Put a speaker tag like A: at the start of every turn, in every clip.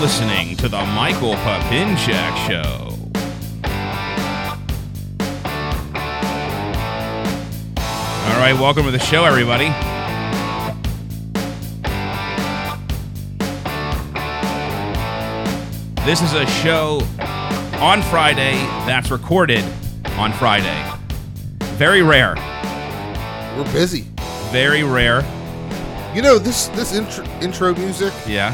A: listening to the Michael Papinchak Show. All right, welcome to the show, everybody. This is a show on Friday that's recorded on Friday. Very rare.
B: We're busy.
A: Very rare.
B: You know this this intro, intro music.
A: Yeah.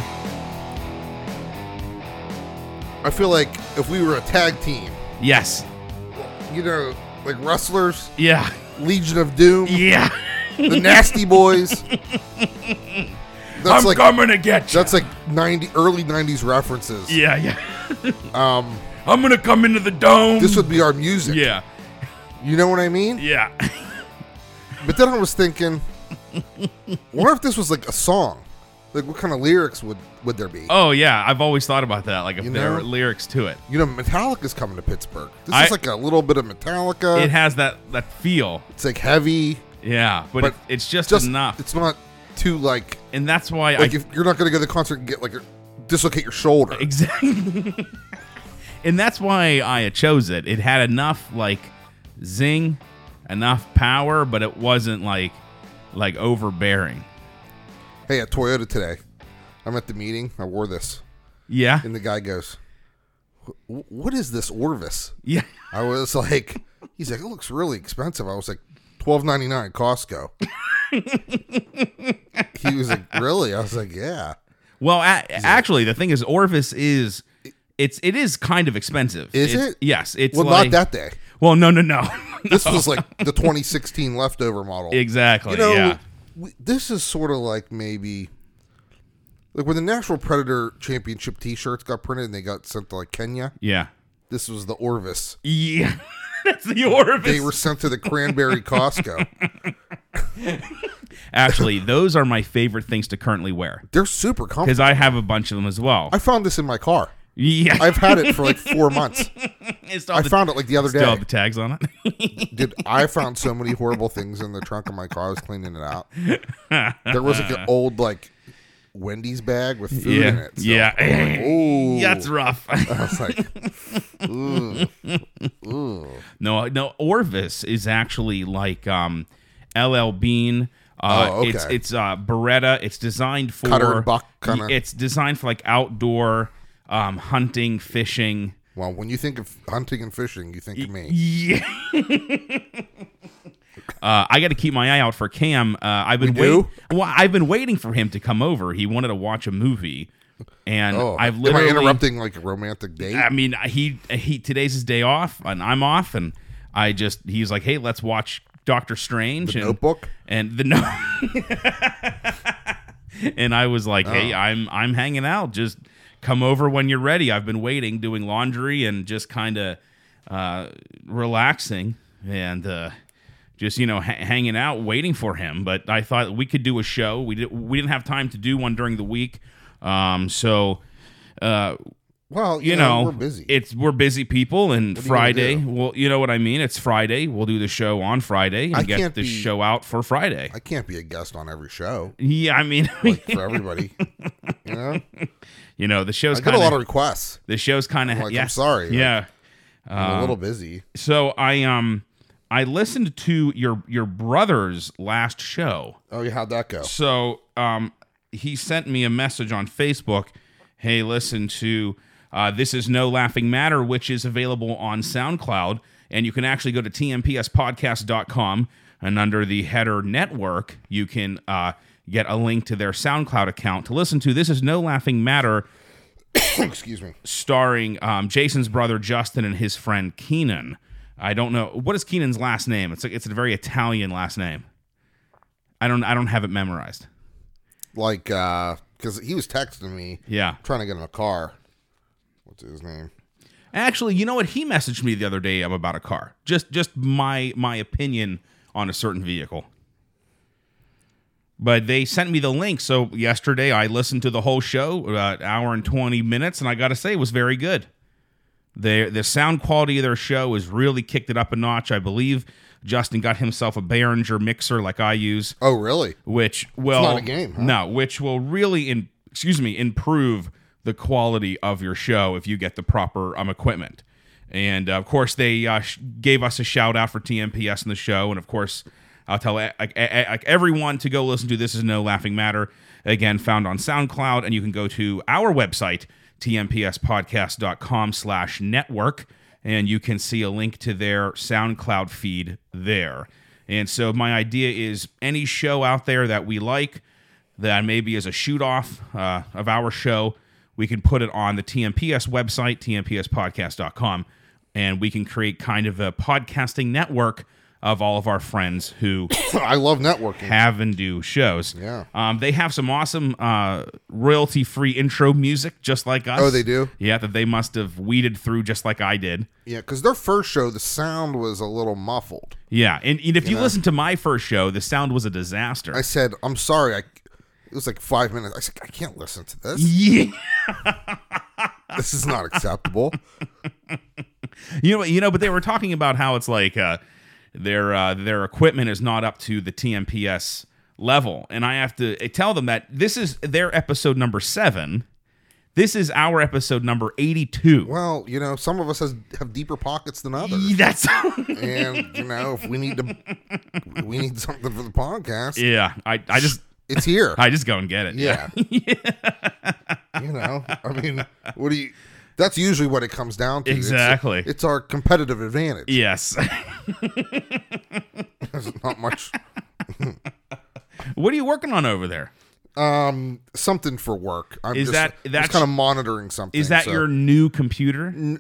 B: I feel like if we were a tag team,
A: Yes.
B: you know, like wrestlers,
A: Yeah.
B: Legion of Doom,
A: Yeah.
B: the Nasty Boys. That's like
A: coming to get
B: that's like ninety early nineties references.
A: Yeah, yeah.
B: Um,
A: I'm gonna come into the dome.
B: this would be our music.
A: Yeah,
B: You know what I mean?
A: yeah.
B: But then I was thinking, wonder if this was like a song. Like what kind of lyrics would would there be?
A: Oh yeah, I've always thought about that. Like if
B: You
A: there
B: know?
A: are lyrics to it,
B: You know, Metallica's coming to Pittsburgh. This
A: I-
B: is like a little bit of Metallica.
A: it has that that feel.
B: it's like heavy.
A: Yeah, but,
B: But
A: it- it's just,
B: just
A: enough,
B: It's not too like
A: and that's why
B: like
A: I
B: if you're not going to go to the concert and get like a, dislocate your shoulder.
A: exactly. and that's why I chose it. It had enough like zing, enough power, but it wasn't like like overbearing.
B: Hey, at Toyota today, I'm at the meeting. I wore this,
A: Yeah,
B: and the guy goes, "Wh- "What is this Orvis?"
A: yeah.
B: I was like, "He's like, it looks really expensive." I was like, 12.99 Costco." he was like, "Really?" I was like, "Yeah."
A: Well, a- actually, the thing is, Orvis is it's it is kind of expensive.
B: Is
A: It's-
B: it?
A: Yes, it's
B: Well,
A: like,
B: not that day.
A: Well, no, no, no,
B: This was like the 2016 leftover model.
A: exactly.
B: you know,
A: yeah,
B: we, this is sort of like maybe like when the National Predator Championship T-shirts got printed and they got sent to like Kenya.
A: yeah,
B: This was the Orvis.
A: yeah. That's the Orvis.
B: They were sent to the Cranberry Costco.
A: Actually, those are my favorite things to currently wear
B: They're super comfortable.
A: because I have a bunch of them as well.
B: I found this in my car.
A: yeah,
B: I've had it for like four months.
A: I, still
B: I
A: have the,
B: found it like the other
A: still
B: day.
A: have the tags on it.
B: Dude, I found so many horrible things in the trunk of my car. I was cleaning it out. There was like an old like Wendy's bag with food in
A: yeah,
B: it. So
A: yeah.
B: ooh.
A: that's rough.
B: I was like,
A: No, no. Orvis is actually like um, LL Bean. Uh,
B: Oh, okay.
A: It's it's uh, Beretta. It's designed for
B: Cutter and buck kinda.
A: It's designed for like outdoor um, hunting, fishing.
B: well, when you think of hunting and fishing, you think of me.
A: Yeah. uh, I got to keep my eye out for Cam. Uh, I've been
B: We do?
A: waiting. Well, I've been waiting for him to come over. He wanted to watch a movie, and
B: Oh,
A: I've
B: am I
A: literally
B: interrupting like a romantic date?
A: I mean, he he today's his day off, and I'm off, and I just he's like, hey, let's watch Doctor Strange and
B: Notebook.
A: and the no. and I was like, hey, I'm I'm hanging out. Just come over when you're ready. I've been waiting, doing laundry, and just kind of uh, relaxing and. Uh, just you know, ha- hanging out, waiting for him. But I thought we could do a show. We did, we didn't have time to do one during the week, um, so uh,
B: Well,
A: you know,
B: we're busy.
A: It's we're busy people, and
B: you gonna
A: Friday.
B: do?
A: Well, you know what I mean. It's Friday. We'll do the show on Friday and
B: I
A: get
B: can't
A: the
B: be-
A: show out for Friday.
B: I can't be a guest on every show
A: yeah, I mean,
B: like, for everybody. you know,
A: you know, the show's
B: I get
A: kind
B: a lot of
A: of
B: requests.
A: the show's kind of
B: I'm like,
A: yeah,
B: I'm sorry, like,
A: yeah.
B: I'm a
A: Um,
B: little busy.
A: So I um I listened to your your brother's last show.
B: Oh, yeah, how'd that go?
A: So um, he sent me a message on Facebook. Hey, listen to uh, this is no laughing matter, which is available on SoundCloud, and you can actually go to tmpspodcast.com and under the header network, you can uh, get a link to their SoundCloud account to listen to. This is no laughing matter,
B: Excuse me.
A: starring um, Jason's brother Justin and his friend Keenan. I don't know what is Keenan's last name. It's like it's a very Italian last name. I don't I don't have it memorized.
B: Like, uh, because he was texting me,
A: Yeah.
B: trying to get in a car. What's his name?
A: Actually, you know what? He messaged me the other day about a car. Just just my my opinion on a certain vehicle. But they sent me the link. So yesterday I listened to the whole show, about an hour and 20 minutes, and I got to say it was very good. Their the sound quality of their show has really kicked it up a notch. I believe Justin got himself a Behringer mixer like I use
B: Oh, really?
A: which will
B: a game, huh?
A: no, which will really in, excuse me improve the quality of your show if you get the proper um, equipment. And uh, of course, they uh, sh- gave us a shout out for TMPS in the show. And of course, I'll tell like, like, like everyone to go listen to This Is No Laughing Matter. Again, found on SoundCloud. And you can go to our website, tmpspodcast.com slash network. And you can see a link to their SoundCloud feed there. And so my idea is any show out there that we like, that maybe as a shoot off uh, of our show, we can put it on the TMPS website, tmpspodcast.com, and we can create kind of a podcasting network of all of our friends who
B: I love networking.
A: have and do shows.
B: Yeah.
A: Um, they have some awesome uh, royalty free intro music, just like us.
B: Oh, they do?
A: Yeah, that they must have weeded through just like I did.
B: Yeah, because their first show, the sound was a little muffled.
A: Yeah. And, and if you, listen to my first show, the sound was a disaster.
B: I said, "I'm sorry." I it was like five minutes. I said, "I can't listen to this.
A: yeah.
B: This is not acceptable."
A: You know, you know, but they were talking about how it's like uh, their uh, their equipment is not up to the TMPS level, and I have to uh, tell them that this is their episode number seven. This is our episode number eighty-two.
B: Well, you know, some of us has, have deeper pockets than others,
A: That's
B: and you know, if we need to, we need something for the podcast.
A: yeah. I, I just
B: It's here.
A: I just go and get it.
B: Yeah. you know, I mean, what do you? That's usually what it comes down to. It's-
A: Exactly.
B: It's, our competitive advantage.
A: Yes.
B: There's not much.
A: what are you working on over there?
B: Um, something for work. I'm
A: Is
B: just,
A: that- that's-
B: just kind of monitoring something.
A: Is that
B: so-
A: your new computer?
B: Uh,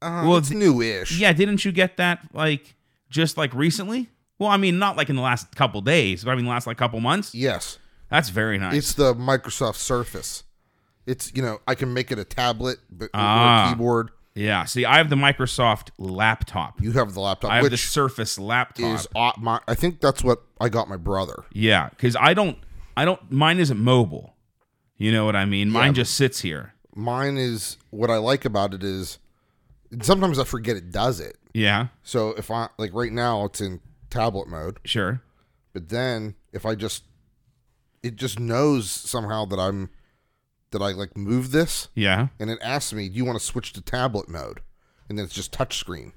A: well,
B: well, it's new-ish.
A: Yeah, didn't you get that like just like recently? Well, I mean, not like in the last couple days, but I mean, last like couple months.
B: Yes,
A: That's very nice.
B: it's the Microsoft Surface. It's you know I can make it a tablet, but or
A: Ah.
B: a keyboard.
A: Yeah. See, I have the Microsoft laptop.
B: You have the laptop,
A: I have the
B: which
A: Surface laptop.
B: is uh, my. I think that's what I got my brother.
A: yeah, because I don't, I don't. Mine isn't mobile. You know what I mean? Mine just sits here.
B: Mine is what I like about it is sometimes I forget it does it.
A: Yeah.
B: So if I like right now it's in tablet mode,
A: Sure.
B: but then if I just it just knows somehow that I'm that I like move this
A: Yeah.
B: and it asks me, "Do you want to switch to tablet mode?" And then it's just touchscreen.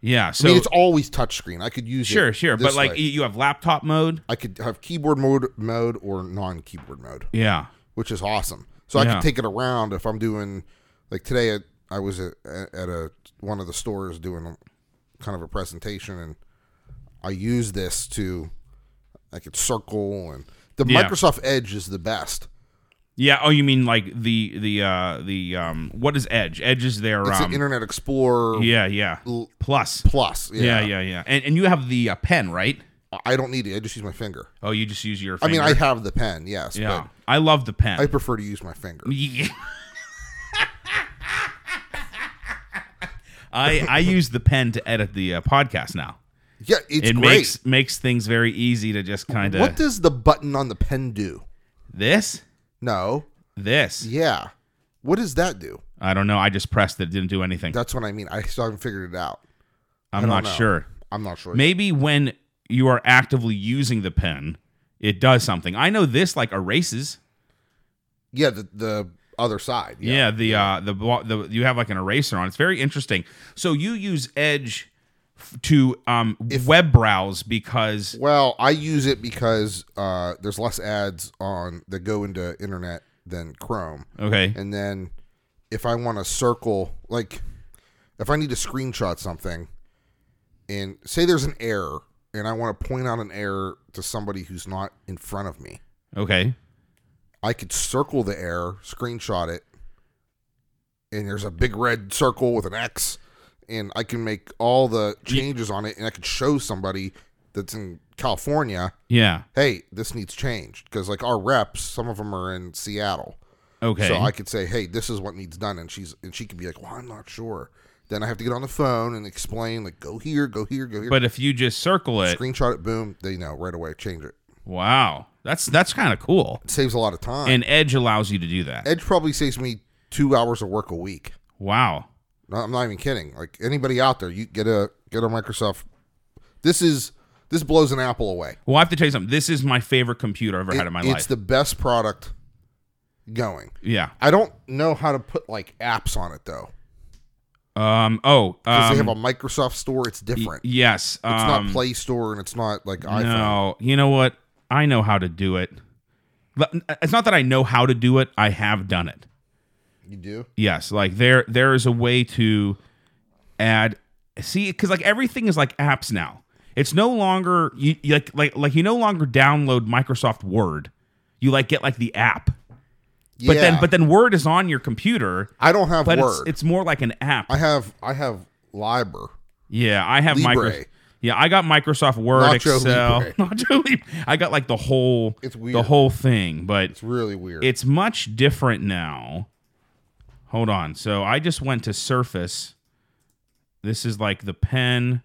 A: Yeah.
B: I
A: So
B: mean, it's always touchscreen. I could use it
A: sure, sure. But
B: this
A: like, e
B: way.
A: y you have laptop mode.
B: I could have keyboard mode mode or non-keyboard mode,
A: Yeah.
B: which is awesome. So I
A: Yeah.
B: can take it around if I'm doing like today. I, I was at, at a one of the stores doing a, kind of a presentation, and I use this to I could circle and the
A: Yeah.
B: Microsoft Edge is the best.
A: Yeah. Oh, you mean like the the uh the um what is Edge? Edge is their
B: It's
A: um
B: an Internet Explorer
A: yeah yeah
B: L-
A: plus.
B: Plus.
A: Yeah. yeah, yeah, And and you have the uh, pen, right?
B: I don't need it. I just use my finger.
A: Oh, you just use your.
B: I
A: Finger.
B: mean, I have the pen, yes,
A: yeah. I love the pen.
B: but I prefer to use my finger.
A: Yeah. I I use the pen to edit the uh, podcast now.
B: Yeah, it's
A: It
B: great.
A: makes makes things very easy to just kind
B: what
A: of
B: does the button on the pen do?
A: this
B: No.
A: this.
B: Yeah. What does that do?
A: I don't know. I just pressed it. it Didn't do anything.
B: That's what I mean. I still haven't figured it out.
A: I'm
B: don't
A: not
B: know.
A: sure.
B: I'm not sure.
A: Maybe when you are actively using the pen, it does something. I know this like erases.
B: yeah, the, the other side.
A: Yeah, the uh the, blo- the you have like an eraser on. It's very interesting. So you use Edge f- to um web browse because
B: Well, I use it because uh, there's less ads on that go into internet than Chrome.
A: okay.
B: And then if I want to circle, like if I need to screenshot something and say there's an error and I want to point out an error to somebody who's not in front of me,
A: Okay.
B: I could circle the error, screenshot it, and there's a big red circle with an X, and I can make all the changes on it and I could show somebody that's in California,
A: Yeah.
B: hey, this needs changed. Because like our reps, some of them are in Seattle.
A: Okay.
B: So I could say, "Hey, this is what needs done," and she's and she could be like, "Well, I'm not sure." Then I have to get on the phone and explain, like, "Go here, go here, go here."
A: but if you just circle it,
B: Screenshot it, boom, they know right away. Change it.
A: wow, that's that's kind of cool.
B: it saves a lot of time.
A: And Edge allows you to do that.
B: Edge probably saves me two hours of work a week.
A: Wow.
B: No, I'm not even kidding. Like anybody out there, you get a get a Microsoft. This is this blows an Apple away.
A: Well, I have to tell you something. This is my favorite computer I've ever had in my
B: It's
A: life.
B: the best product going.
A: Yeah.
B: I don't know how to put like apps on it though.
A: Um. Oh.
B: Because
A: Um,
B: they have a Microsoft store, it's different.
A: yes. Um,
B: it's not Play Store and it's not like iPhone.
A: No, you know what? I know how to do it. But It's not that I know how to do it. I have done it.
B: You do?
A: Yes, like there there is a way to add. See, because like everything is like apps now. It's no longer you you like like like you no longer download Microsoft Word. You like get like the app, but
B: yeah.
A: then but then Word is on your computer.
B: I don't have
A: But
B: Word.
A: it's it's more like an app.
B: I have I have Liber.
A: Yeah, I have
B: Libre.
A: Microsoft. Yeah, I got Microsoft Word,
B: Nacho
A: Excel.
B: Libre.
A: Nacho Libre. I got like the whole
B: It's
A: the
B: weird.
A: whole thing, but
B: It's really weird.
A: it's much different now. Hold on. So I just went to Surface. This is like the pen.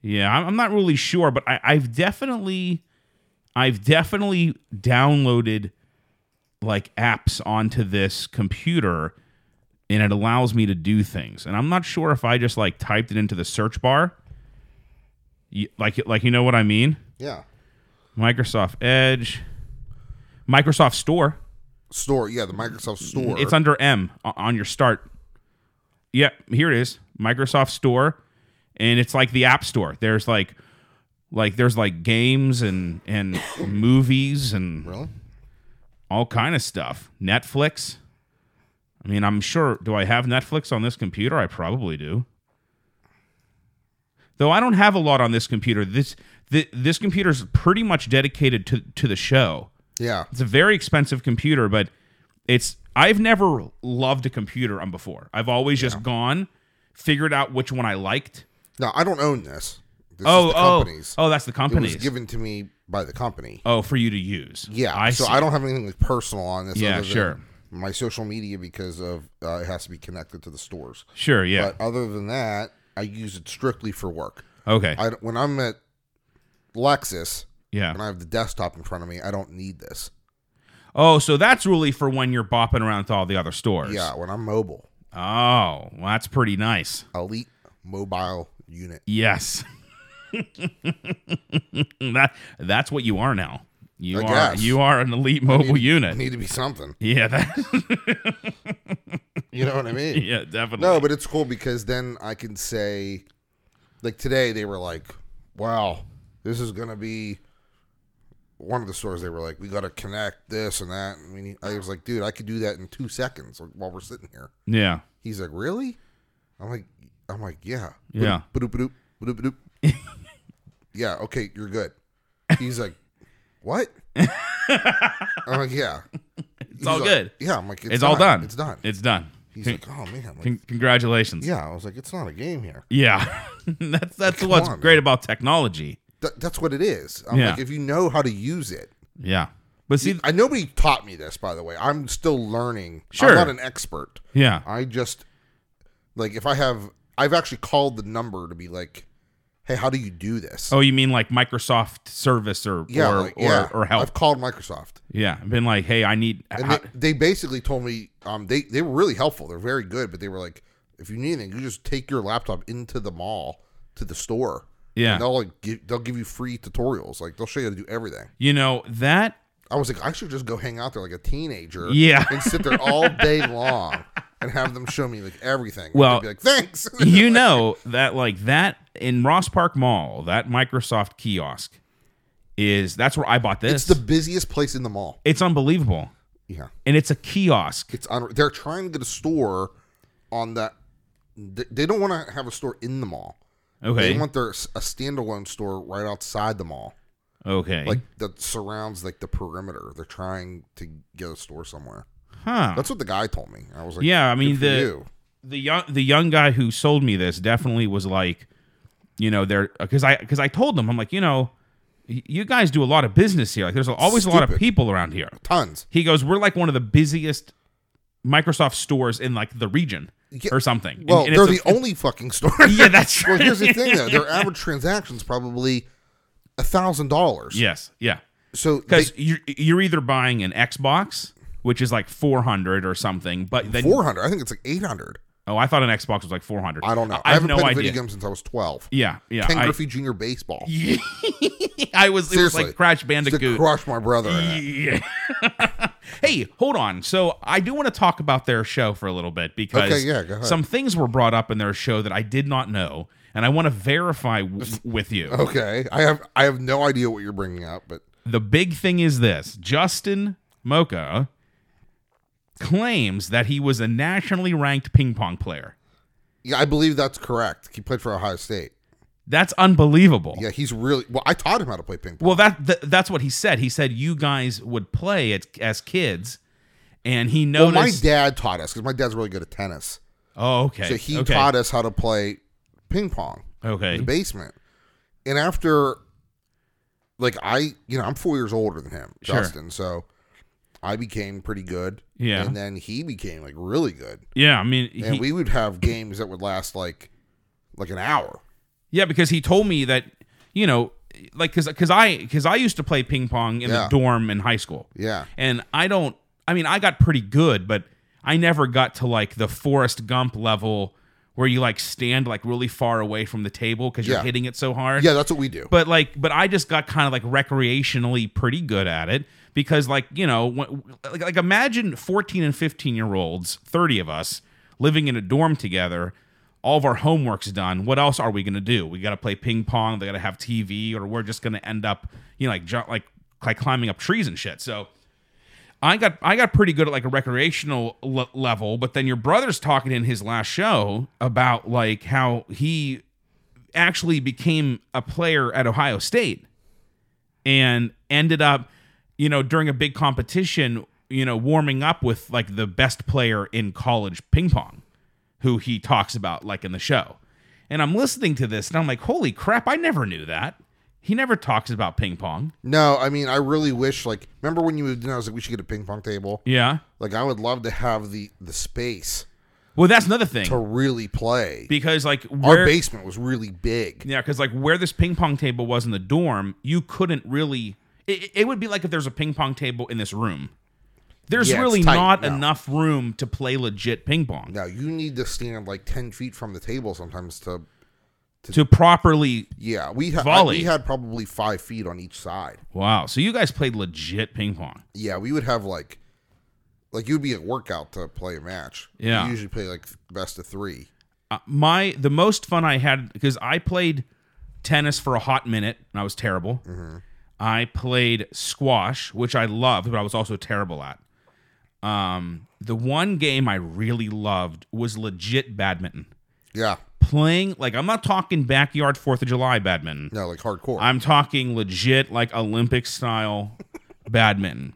A: Yeah, I'm, I'm not really sure, but I, I've definitely, I've definitely downloaded like apps onto this computer, and it allows me to do things. And I'm not sure if I just like typed it into the search bar, Y- like like you know what I mean.
B: yeah.
A: Microsoft Edge, Microsoft Store.
B: Store, yeah, the Microsoft Store.
A: It's under M o- on your start. Yep, here it is, Microsoft Store, and it's like the App Store. There's like, like there's like games and and movies and
B: really?
A: all kind of stuff. Netflix. I mean, I'm sure. Do I have Netflix on this computer? I probably do. Though I don't have a lot on this computer. This th- this computer's pretty much dedicated to to the show.
B: Yeah.
A: It's a very expensive computer, but it's I've never loved a computer on before. I've always just gone, figured out which one I liked.
B: No, I don't own this. This
A: oh,
B: is the
A: oh,
B: company's.
A: oh, that's the
B: It was
A: company's.
B: given to me by the company.
A: oh, for you to use.
B: Yeah.
A: I
B: so
A: see.
B: I don't have anything like personal on this.
A: Yeah,
B: other than
A: sure.
B: My social media because of uh, it has to be connected to the stores.
A: sure, yeah,
B: But other than that, I use it strictly for work.
A: okay,
B: I don't- when I'm at Lexus
A: yeah.
B: and I have the desktop in front of me, I don't need this.
A: Oh, so that's really for when you're bopping around to all the other stores.
B: Yeah, when I'm mobile,
A: Oh, well, that's pretty nice.
B: elite mobile unit.
A: Yes. that that's what you are now. You
B: I
A: are
B: guess.
A: you are an elite mobile
B: I
A: unit.
B: need to be something.
A: Yeah, that,
B: You know what I mean?
A: yeah, definitely.
B: No, but it's cool because then I can say, like today they were like, "Wow, this is gonna be." One of the stores they were like, "We got to connect this and that." And we need, I was like, "Dude, I could do that in two seconds while we're sitting here."
A: yeah.
B: He's like, "Really?" I'm like, "I'm like, yeah,
A: Yeah.
B: Badoop, badoop, badoop, badoop. yeah, okay, you're good." He's like, "What?" I'm like, "Yeah." It's
A: all good.
B: Yeah, I'm like, "It's,
A: It's all done.
B: It's done."
A: It's done.
B: He's like, "Oh man." Like,
A: Con- congratulations. Yeah.
B: yeah, I was like, "It's not a game here."
A: that's that's what's
B: on,
A: great about technology.
B: Th- that's what it is. I'm
A: Yeah.
B: like, if you know how to use it.
A: Yeah. But see
B: I nobody taught me this, by the way. I'm still learning.
A: Sure.
B: I'm not an expert.
A: yeah.
B: I just like if I have I've actually called the number to be like, Hey, how do you do this?
A: Oh, you mean like Microsoft service or
B: yeah,
A: or,
B: like, yeah.
A: or or help.
B: I've called Microsoft.
A: yeah. Been like, "Hey, I need
B: And
A: how-
B: they, they basically told me um they, they were really helpful. They're very good, but they were like, if you need anything, you just take your laptop into the mall to the store.
A: Yeah.
B: And they'll like give, they'll give you free tutorials. Like they'll show you how to do everything.
A: you know, that
B: I was like, I should just go hang out there like a teenager.
A: Yeah.
B: And sit there all day long and have them show me like everything. And
A: Well,
B: they'd be like, thanks.
A: you know that like that in Ross Park Mall, that Microsoft kiosk is that's where I bought this.
B: it's the busiest place in the mall.
A: It's unbelievable.
B: Yeah.
A: And it's a kiosk.
B: It's on, they're trying to get a store on that. They they don't want to have a store in the mall.
A: Okay.
B: They want their a standalone store right outside the mall,
A: okay.
B: like that surrounds like the perimeter. They're trying to get a store somewhere.
A: huh.
B: That's what the guy told me. I was like,
A: Yeah, I mean,
B: "Good for
A: the-
B: you."
A: the young the young guy who sold me this definitely was like, you know, they're because I because I told them I'm like, you know, y- you guys do a lot of business here. Like, there's always a lot of
B: Stupid.
A: people around here.
B: tons.
A: He goes, we're like one of the busiest Microsoft stores in like the region
B: Yeah.
A: or something. And-
B: Well,
A: and
B: they're
A: it's
B: the
A: a-
B: only fucking store.
A: yeah, that's
B: Well,
A: right.
B: here's the thing though. Their average transaction's probably a thousand dollars.
A: yes, yeah.
B: So they,
A: because you're, you're either buying an Xbox, which is like 400 or something, but then
B: four hundred. I think it's like eight hundred.
A: oh, I thought an Xbox was like 400.
B: I don't know.
A: I,
B: I,
A: have
B: haven't
A: no
B: played a
A: idea.
B: video game since I was twelve.
A: Yeah, yeah.
B: Ken
A: I,
B: Griffey Jr. baseball.
A: I was it was
B: Seriously.
A: like Crash
B: Used to
A: Bandicoot.
B: crush my brother. in it.
A: Yeah. Hey, hold on. So I do want to talk about their show for a little bit because
B: Okay, yeah, go ahead.
A: some things were brought up in their show that I did not know, and I want to verify w- with you.
B: Okay, I have I have no idea what you're bringing up, but
A: The big thing is this Justin Mocha claims that he was a nationally ranked ping pong player.
B: yeah, I believe that's correct. He played for Ohio State.
A: That's unbelievable.
B: Yeah, he's really well. I taught him how to play ping pong.
A: Well, that, th- that's what he said. He said you guys would play at, as kids, and he
B: Well, my
A: noticed.
B: dad taught us because my dad's really good at tennis,
A: oh, okay.
B: so he
A: okay.
B: taught us how to play ping pong in
A: Okay.
B: the basement. And after, like I, you know, I'm four years older than him,
A: Sure.
B: Justin. So I became pretty good.
A: Yeah.
B: and then he became like really good,
A: Yeah, I mean,
B: and
A: he,
B: we would have games that would last like like an hour.
A: yeah, because he told me that you know, like, cause, cause I, cause I used to play ping pong in the
B: Yeah.
A: dorm in high school,
B: Yeah.
A: and I don't. I mean, I got pretty good, but I never got to like the Forrest Gump level where you like stand like really far away from the table because you're
B: Yeah.
A: hitting it so hard.
B: Yeah, that's what we do.
A: but like but i just got kind of like recreationally pretty good at it because like you know when, like, like imagine 14 and 15 year olds 30 of us living in a dorm together all of our homework's done what else are we going to do we got to play ping pong they got to have tv or we're just going to end up you know like ju- like like climbing up trees and shit so I got I got pretty good at like a recreational le- level, but then your brother's talking in his last show about like how he actually became a player at Ohio State and ended up, you know, during a big competition, you know, warming up with like the best player in college ping pong, who he talks about like in the show. And I'm listening to this and I'm like, holy crap, I never knew that. He never talks about ping pong.
B: No, I mean, I really wish. Like, remember when you moved in? I was like, we should get a ping pong table.
A: Yeah.
B: Like, I would love to have the the space
A: Well, that's another thing.
B: to really play.
A: Because like
B: Our
A: where,
B: basement was really big.
A: Yeah, because like where this ping pong table was in the dorm, you couldn't really. It, it would be like if there's a ping pong table in this room. There's
B: Yeah, it's
A: really
B: tight,
A: not
B: no.
A: enough room to play legit ping pong
B: Now you need to stand like ten feet from the table sometimes to.
A: to properly.
B: Yeah, we had
A: Volley.
B: we had probably five feet on each side.
A: Wow, so you guys played legit ping pong.
B: Yeah, we would have like, like you'd be at workout to play a match.
A: Yeah.
B: we usually play like best of three.
A: Uh, my the most fun I had because I played tennis for a hot minute and I was terrible.
B: Mm-hmm.
A: I played squash, which I loved, but I was also terrible at. Um, the one game I really loved was legit badminton.
B: Yeah,
A: playing like I'm not talking backyard Fourth of July badminton.
B: no, like hardcore.
A: I'm talking legit like Olympic style badminton.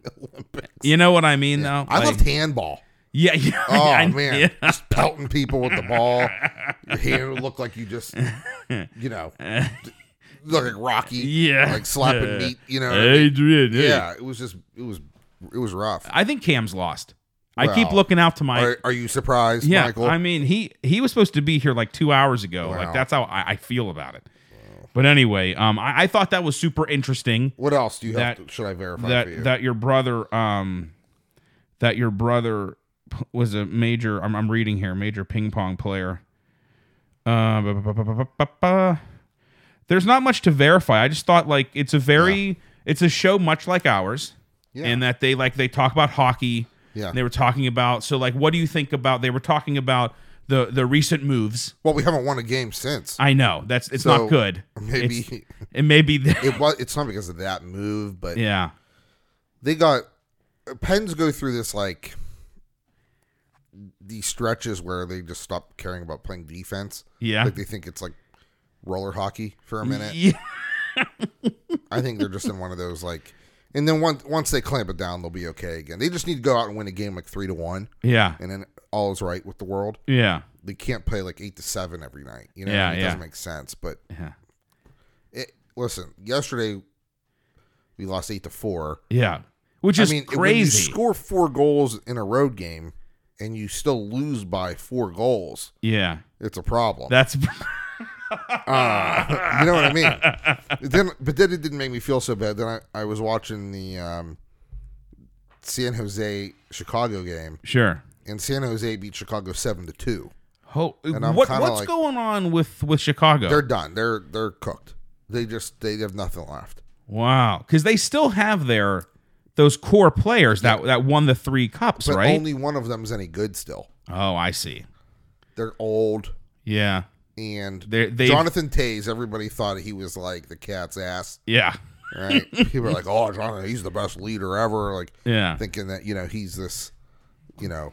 A: You know what I mean though?
B: I
A: Like-
B: loved handball.
A: Yeah, yeah.
B: Oh
A: I-
B: man,
A: yeah.
B: just pelting people with the ball. Your hand would look like you just, you know, look like Rocky.
A: Yeah.
B: like slapping
A: Yeah.
B: meat. You know, what I mean?
A: Adrian. hey.
B: yeah. It was just, it was, it was rough.
A: I think Cam's lost. I keep
B: Well,
A: looking out to my
B: Are, are you surprised,
A: Yeah,
B: Michael?
A: I mean he he was supposed to be here like two hours ago. Like
B: Wow.
A: that's how I, I feel about it. But anyway, um, I, I thought that was super interesting.
B: what else do you
A: that-
B: have? To, should I verify for you?
A: that that your brother um that your brother p- was a major I'm, I'm reading here major ping pong player uh, bu- bu- bu- bu- bu- bu- bu- there's not much to verify i just thought like it's a very it's a show much like ours
B: Yeah.
A: and that they like they talk about hockey
B: Yeah.
A: they were talking about so like what do you think about they were talking about the the recent moves
B: well, we haven't won a game since.
A: i know that's it's
B: So,
A: not good
B: Maybe
A: It's- it may be th-
B: it was. It's not because of that move, but
A: yeah
B: they got Pens go through this like these stretches where they just stop caring about playing defense.
A: yeah
B: Like they think it's like roller hockey for a minute.
A: yeah
B: I think they're just in one of those like, and then once once they clamp it down, they'll be okay again. They just need to go out and win a game like three to one,
A: yeah
B: and then all is right with the world.
A: yeah
B: They can't play like eight to seven every night. You know,
A: Yeah,
B: it
A: yeah.
B: doesn't make sense. But
A: yeah
B: it, listen, yesterday we lost eight to four.
A: Yeah. Which is
B: I mean, when you
A: crazy.
B: score four goals in a road game and you still lose by four goals,
A: yeah.
B: it's a problem.
A: That's
B: Uh, you know what I mean? then, but then it didn't make me feel so bad. Then I, I was watching the um, San Jose Chicago game,
A: sure.
B: and San Jose beat Chicago seven to two.
A: Ho-
B: I'm
A: what
B: kinda
A: what's
B: like-
A: going on with with Chicago?
B: They're done. They're they're cooked. They just they have nothing left.
A: wow. Cuz they still have their those core players that that won the three cups,
B: But
A: right?
B: only one of them's any good still.
A: oh, I see.
B: They're old
A: Yeah,
B: and
A: They're- they've-
B: Jonathan Tays, everybody thought he was like the cat's ass.
A: yeah,
B: Right? People were like, Oh Jonathan, he's the best leader ever, like
A: yeah,
B: thinking that, you know, he's this, you know,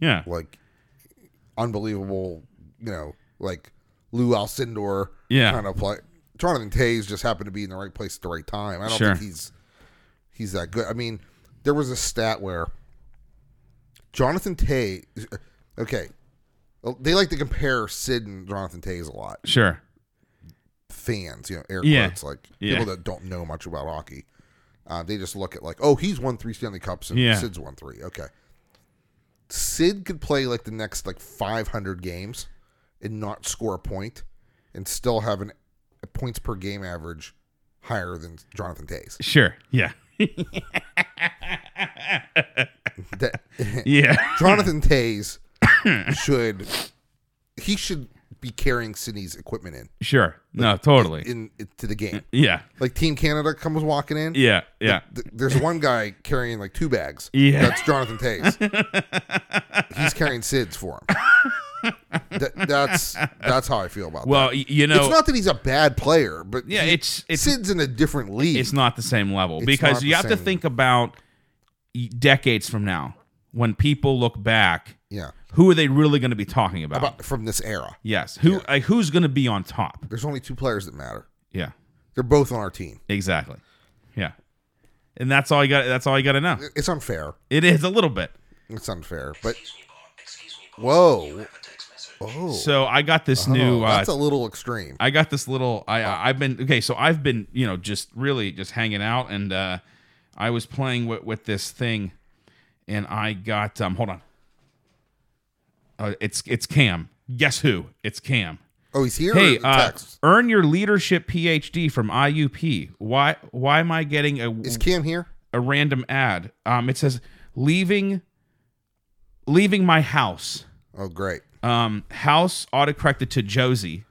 A: yeah,
B: like unbelievable, you know, like Lou Alcindor
A: Yeah.
B: kind of play. Jonathan Tays just happened to be in the right place at the right time. I don't
A: Sure.
B: think he's he's that good. I mean, there was a stat where Jonathan Tays. Okay, Well, they like to compare Sid and Jonathan Tays a lot.
A: sure.
B: Fans, you know, air
A: Yeah.
B: quotes, like
A: Yeah.
B: people that don't know much about hockey. Uh, they just look at like, oh, he's won three Stanley Cups and
A: Yeah.
B: Sid's won three. Okay. Sid could play like the next like 500 games and not score a point and still have an, a points per game average higher than Jonathan Tays.
A: Sure. Yeah.
B: That,
A: Yeah.
B: Jonathan Tays should he should be carrying Sidney's equipment in
A: Sure. No, totally.
B: in, to the game.
A: Yeah.
B: Like Team Canada comes walking in.
A: Yeah. Yeah.
B: Th- There's one guy carrying like two bags.
A: Yeah.
B: That's Jonathan Tays. He's carrying Sid's for him. Th- that's that's how I feel about
A: Well, y- you
B: that. It's
A: know,
B: not that he's a bad player, but
A: yeah,
B: he-
A: it's it's
B: Sid's in a different league.
A: it's not the same level because
B: not
A: you
B: the
A: have to
B: same.
A: think about y- decades from now when people look back,
B: yeah,
A: who are they really going to be talking about?
B: but from this era,
A: yes, who like, who's going to be on top?
B: there's only two players that matter.
A: Yeah,
B: They're both on our team.
A: exactly. Yeah, and that's all you got. That's all you got to know.
B: It's unfair.
A: It is a little bit.
B: It's unfair. But whoa, oh,
A: So I got this new. Uh,
B: that's a little extreme.
A: I got this little. I I've been okay. So I've been you know just really just hanging out, and uh, I was playing with with this thing, and I got um. Hold on. Uh, it's it's Cam. Guess who? It's Cam.
B: Oh, he's here.
A: Hey,
B: or the
A: uh,
B: text.
A: earn your leadership PhD from IUP. Why why am I getting a
B: Is Cam here?
A: a random ad? Um, it says leaving leaving my house.
B: Oh, great.
A: Um, house autocorrected to Josie.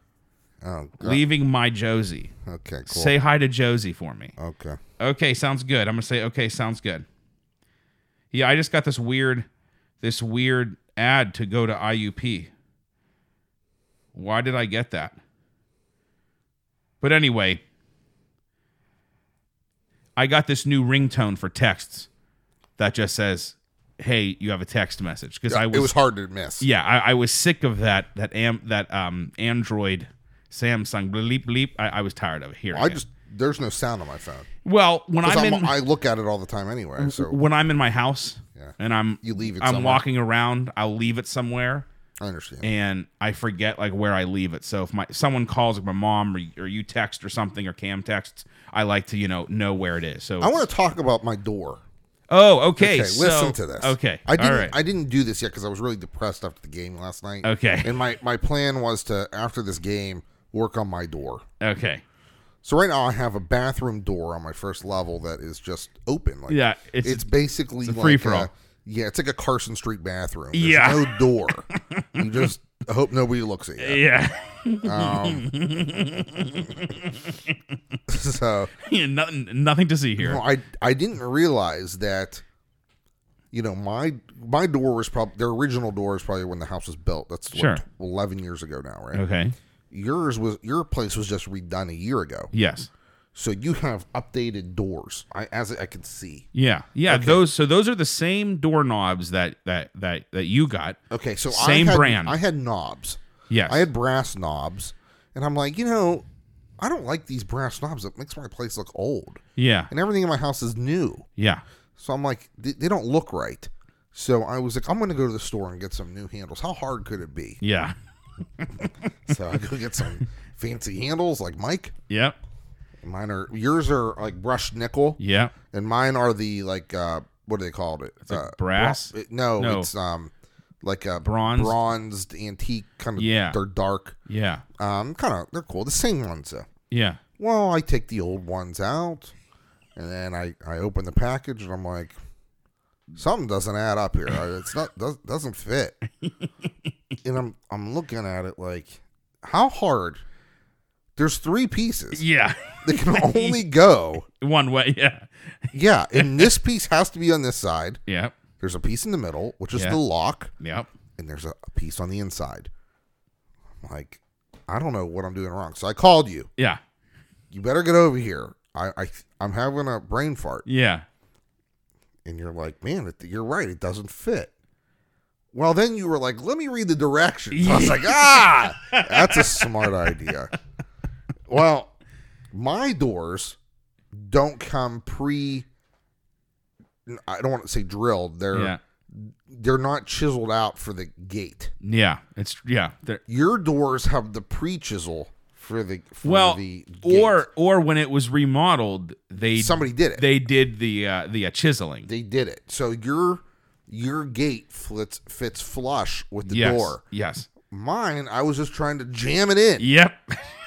B: Oh, great.
A: Leaving my Josie.
B: okay, cool.
A: Say hi to Josie for me.
B: okay.
A: Okay, sounds good. I'm gonna say okay, sounds good. Yeah, I just got this weird, this weird ad to go to IUP. Why did I get that? But anyway, I got this new ringtone for texts that just says, "Hey, you have a text message." Because I
B: it was hard to miss.
A: yeah, I, I was sick of that that am that um Android Samsung bleep bleep. I, I was tired of hearing.
B: I
A: it.
B: just there's no sound on my phone.
A: well when
B: 'Cause
A: I'm,
B: I'm-
A: in
B: I look at it all the time anyway. So
A: when I'm in my house
B: Yeah.
A: and I'm
B: you leave it.
A: I'm
B: somewhere.
A: walking around, I'll leave it somewhere
B: I understand.
A: and I forget like where I leave it. So if my someone calls like my mom or, or you text or something or Cam texts, I like to you know know where it is. So
B: I want to talk about my door.
A: oh okay,
B: Okay,
A: so-
B: listen to this.
A: Okay,
B: I didn't.
A: all right.
B: I didn't do this yet because I was really depressed after the game last night.
A: Okay.
B: And my my plan was to after this game work on my door.
A: okay,
B: So right now I have a bathroom door on my first level that is just open. Like
A: yeah, it's,
B: it's, basically
A: it's a
B: like
A: free-for-all.
B: a- yeah, it's like a Carson Street bathroom. There's
A: Yeah.
B: no door. you just hope nobody looks at you.
A: yeah,
B: Um, so
A: nothing nothing to see here.
B: well, I I didn't realize that. You know, my my door was probably their original door is probably when the house was built. That's what,
A: Sure.
B: eleven years ago now, right?
A: okay,
B: Yours was your place was just redone a year ago,
A: yes,
B: so you have updated doors. I as I can see.
A: yeah, yeah. Those so those are the same doorknobs that that that that you got.
B: Okay, so
A: Same
B: I had,
A: brand.
B: I had knobs.
A: Yes,
B: I had brass knobs, and I'm like, you know, I don't like these brass knobs. It makes my place look old,
A: yeah,
B: and everything in my house is new.
A: yeah,
B: So I'm like, they, they don't look right. So I was like, I'm going to go to the store and get some new handles. How hard could it be?
A: yeah,
B: So I go get some fancy handles like Mike.
A: yep,
B: Mine are yours are like brushed nickel,
A: yep.
B: and mine are the like uh what do they call it? It's uh,
A: brass?
B: bro- it- no,
A: No.
B: it's um like a
A: Bronze?
B: bronzed antique kind of.
A: Yeah.
B: they're dark.
A: Yeah.
B: Um, kind of they're cool. The same ones though.
A: Yeah.
B: well, I take the old ones out, and then I, I open the package, and I'm like, something doesn't add up here. I- It's not does, doesn't fit. and I'm I'm looking at it like, how hard There's three pieces.
A: Yeah.
B: They can only go.
A: One way. Yeah.
B: Yeah, and this piece has to be on this side.
A: Yep.
B: There's a piece in the middle, which is
A: Yeah.
B: the lock,
A: Yep.
B: and there's a a piece on the inside. I'm Like, I don't know what I'm doing wrong. So I called you.
A: Yeah.
B: You better get over here. I, I I'm having a brain fart,
A: Yeah.
B: and you're like, man, it, you're right. It doesn't fit. Well, then you were like, let me read the directions. I was like, ah, that's a smart idea. Well, my doors don't come pre. I don't want to say drilled. They're
A: Yeah.
B: they're not chiseled out for the gate.
A: Yeah. It's yeah. There-
B: Your doors have the pre chisel for the for
A: Well,
B: the gate.
A: or or when it was remodeled, they
B: somebody did it. They,
A: they did the uh, the uh, chiseling.
B: did it. So your your gate fits fits flush with the
A: yes.
B: door.
A: Yes.
B: Mine, I was just trying to jam it in,
A: Yep.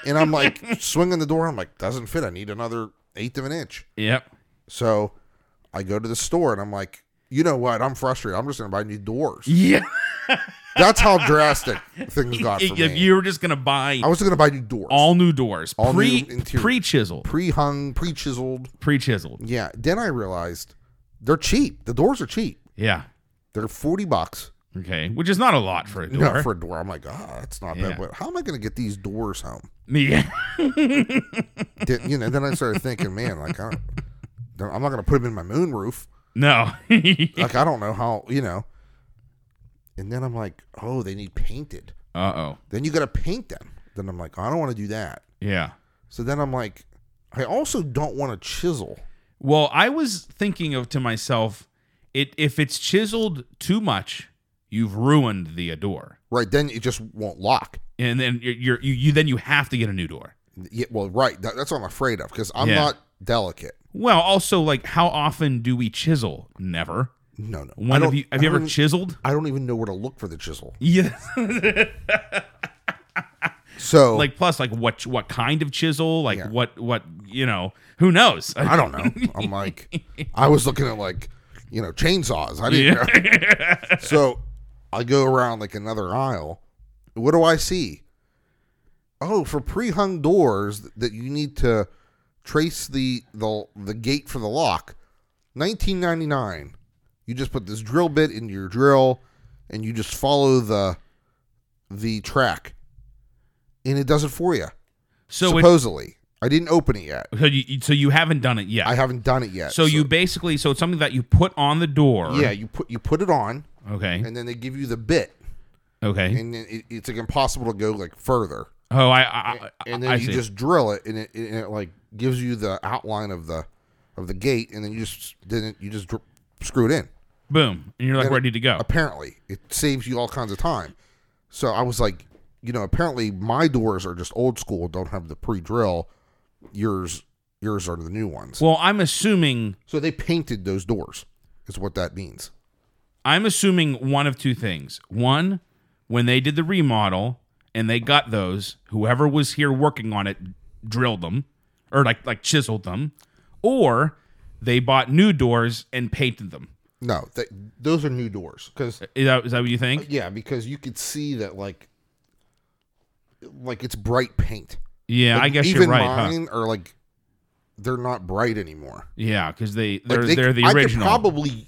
B: and I'm like swinging the door. I'm like, doesn't fit. I need another eighth of an inch.
A: yep.
B: So I go to the store and I'm like, you know what? I'm frustrated. I'm just gonna buy new doors.
A: Yeah.
B: That's how drastic things got for
A: If
B: me.
A: you were just gonna buy
B: I was gonna buy new doors.
A: all new doors,
B: All
A: pre
B: new interior.
A: pre chiseled,
B: pre-hung, pre-chiseled.
A: pre chiseled.
B: Yeah. Then I realized they're cheap. The doors are cheap.
A: Yeah.
B: They're forty bucks.
A: Okay. Which is not a lot for a door.
B: Not for a door. I'm like, ah, that's not
A: Yeah.
B: bad. But how am I going to get these doors home?
A: yeah.
B: Then, you know. Then I started thinking, man, like, I don't, I'm not going to put them in my moon roof.
A: No. uh
B: Like, I don't know how, you know. And then I'm like, oh, they need painted.
A: oh.
B: Then you got to paint them. Then I'm like, I don't want to do that.
A: Yeah.
B: So then I'm like, I also don't want to chisel.
A: Well, I was thinking of to myself, it if it's chiseled too much, you've ruined the door,
B: Right then, it just won't lock.
A: and then you're, you're you, you then you have to get a new door.
B: Yeah, well, right. That, that's what I'm afraid of because I'm
A: Yeah.
B: not delicate.
A: Well, also like how often do we chisel? Never.
B: No, no. I
A: When
B: don't,
A: have you have you
B: I
A: ever
B: don't-
A: chiseled?
B: I don't even know where to look for the chisel.
A: Yeah.
B: So
A: like plus like what what kind of chisel? Like what what you know? Who knows?
B: I don't know. I'm like, I was looking at like, you know, chainsaws. I didn't know. So I go around like another aisle. What do I see? Oh, for pre-hung doors that you need to trace the the the gate for the lock. 1999. You just put this drill bit in your drill, and you just follow the the track, and it does it for you.
A: So it,
B: supposedly, I didn't open it yet.
A: so you so you haven't done it yet.
B: I haven't done it yet.
A: so you basically so it's something that you put on the door.
B: Yeah, you put you put it on,
A: Okay.
B: and then they give you the bit,
A: Okay.
B: and then it, it's like impossible to go like further.
A: Oh, I I, I,
B: And then
A: I
B: you
A: see.
B: just drill it, and it, and it like gives you the outline of the of the gate, and then you just then it, you just dr- screw it in.
A: boom, and you're like
B: And
A: ready to go.
B: Apparently, it saves you all kinds of time. So I was like, you know, apparently my doors are just old school, don't have the pre drill. Yours yours are the new ones.
A: Well, I'm assuming
B: So they painted those doors. Is what that means.
A: I'm assuming one of two things. One, when they did the remodel and they got those, whoever was here working on it drilled them or like like chiseled them, or they bought new doors and painted them.
B: No, that those are new doors because
A: Is that, is that what you think?
B: Yeah, because you could see that like like it's bright paint.
A: Yeah, I
B: Like,
A: guess
B: even
A: you're right. huh?
B: mine are like they're not bright anymore.
A: Yeah, because they
B: Like,
A: they're
B: they
A: they, are
B: c-
A: the
B: I could
A: original.
B: probably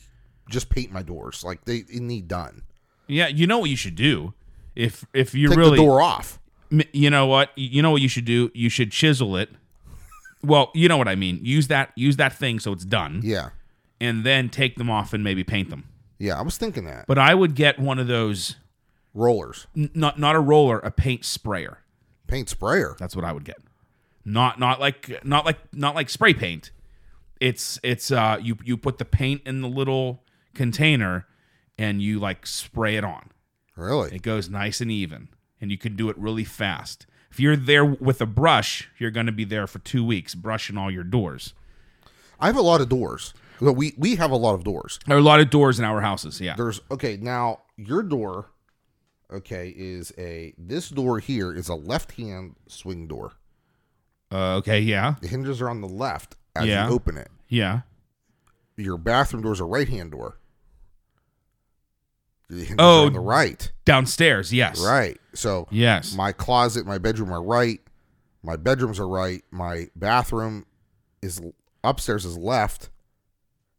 B: just paint my doors. Like they it need done.
A: yeah, you know what you should do if if you
B: Take
A: really
B: the door off.
A: M- you know what you know what you should do you should chisel it well you know what i mean use that use that thing so it's done
B: Yeah,
A: and then take them off and maybe paint them
B: yeah. I was thinking that
A: but i would get one of those
B: rollers,
A: n- not not a roller a paint sprayer
B: paint sprayer.
A: that's what i would get not not like not like not like spray paint it's it's uh you you put the paint in the little container and you like spray it on
B: Really?
A: it goes nice and even and you can do it really fast if you're there with a brush you're going to be there for two weeks brushing all your doors
B: I have a lot of doors. Well, we we have a lot of doors.
A: there are a lot of doors in our houses yeah
B: There's okay now. Your door, okay, is a this door here is a left hand swing door.
A: uh, okay yeah
B: The hinges are on the left as
A: Yeah.
B: you open it.
A: yeah
B: Your bathroom door is a right hand door. The hinges
A: Oh.
B: are on the right.
A: downstairs yes
B: Right. So
A: yes
B: my closet, my bedroom are right. My bedrooms are right. My bathroom is upstairs is left.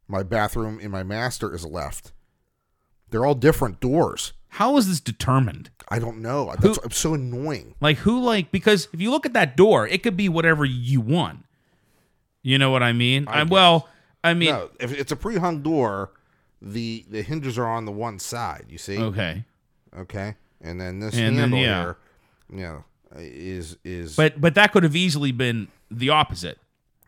B: My bathroom in my master is left. They're all different doors.
A: How is this determined?
B: I don't know. That's I'm so annoying.
A: Like who like because if you look at that door, it could be whatever you want. You know what I mean? I, well, I mean,
B: no, if it's a pre-hung door, the the hinges are on the one side. You see?
A: okay.
B: Okay. And then this
A: And then,
B: handle
A: yeah.
B: here, you know, is is
A: But but that could have easily been the opposite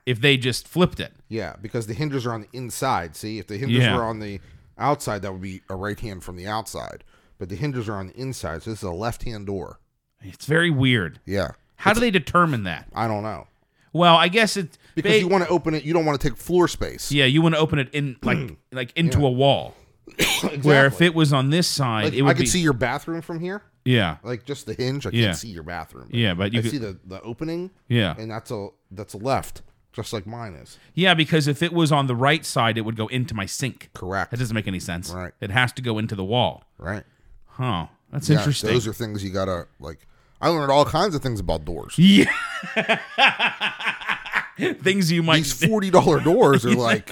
A: if they just flipped it.
B: yeah because the hinges are on the inside. See, if the hinges
A: Yeah.
B: were on the outside, that would be a right hand from the outside. But the hinges are on the inside, so this is a left hand door.
A: It's very weird.
B: Yeah,
A: How do they determine that?
B: I don't know
A: Well, I guess it
B: because
A: they-
B: you want to open it. You don't want to take floor space.
A: yeah, you want to open it in like like into a wall. Where if
B: Exactly.
A: it was on this side,
B: Like,
A: it would
B: I could
A: be
B: see your bathroom from here,
A: yeah.
B: like just the hinge. I
A: Yeah.
B: can't see your bathroom.
A: Yeah, but you
B: I
A: could-
B: see the the opening.
A: Yeah.
B: and that's a that's a left, just like mine is.
A: Yeah, because if it was on the right side, it would go into my sink.
B: Correct.
A: That doesn't make any sense.
B: Right.
A: It has to go into the wall.
B: Right.
A: Huh. That's
B: Yeah,
A: interesting.
B: Those are things you gotta like. I learned all kinds of things about doors.
A: yeah. Things you might
B: These forty dollar doors are like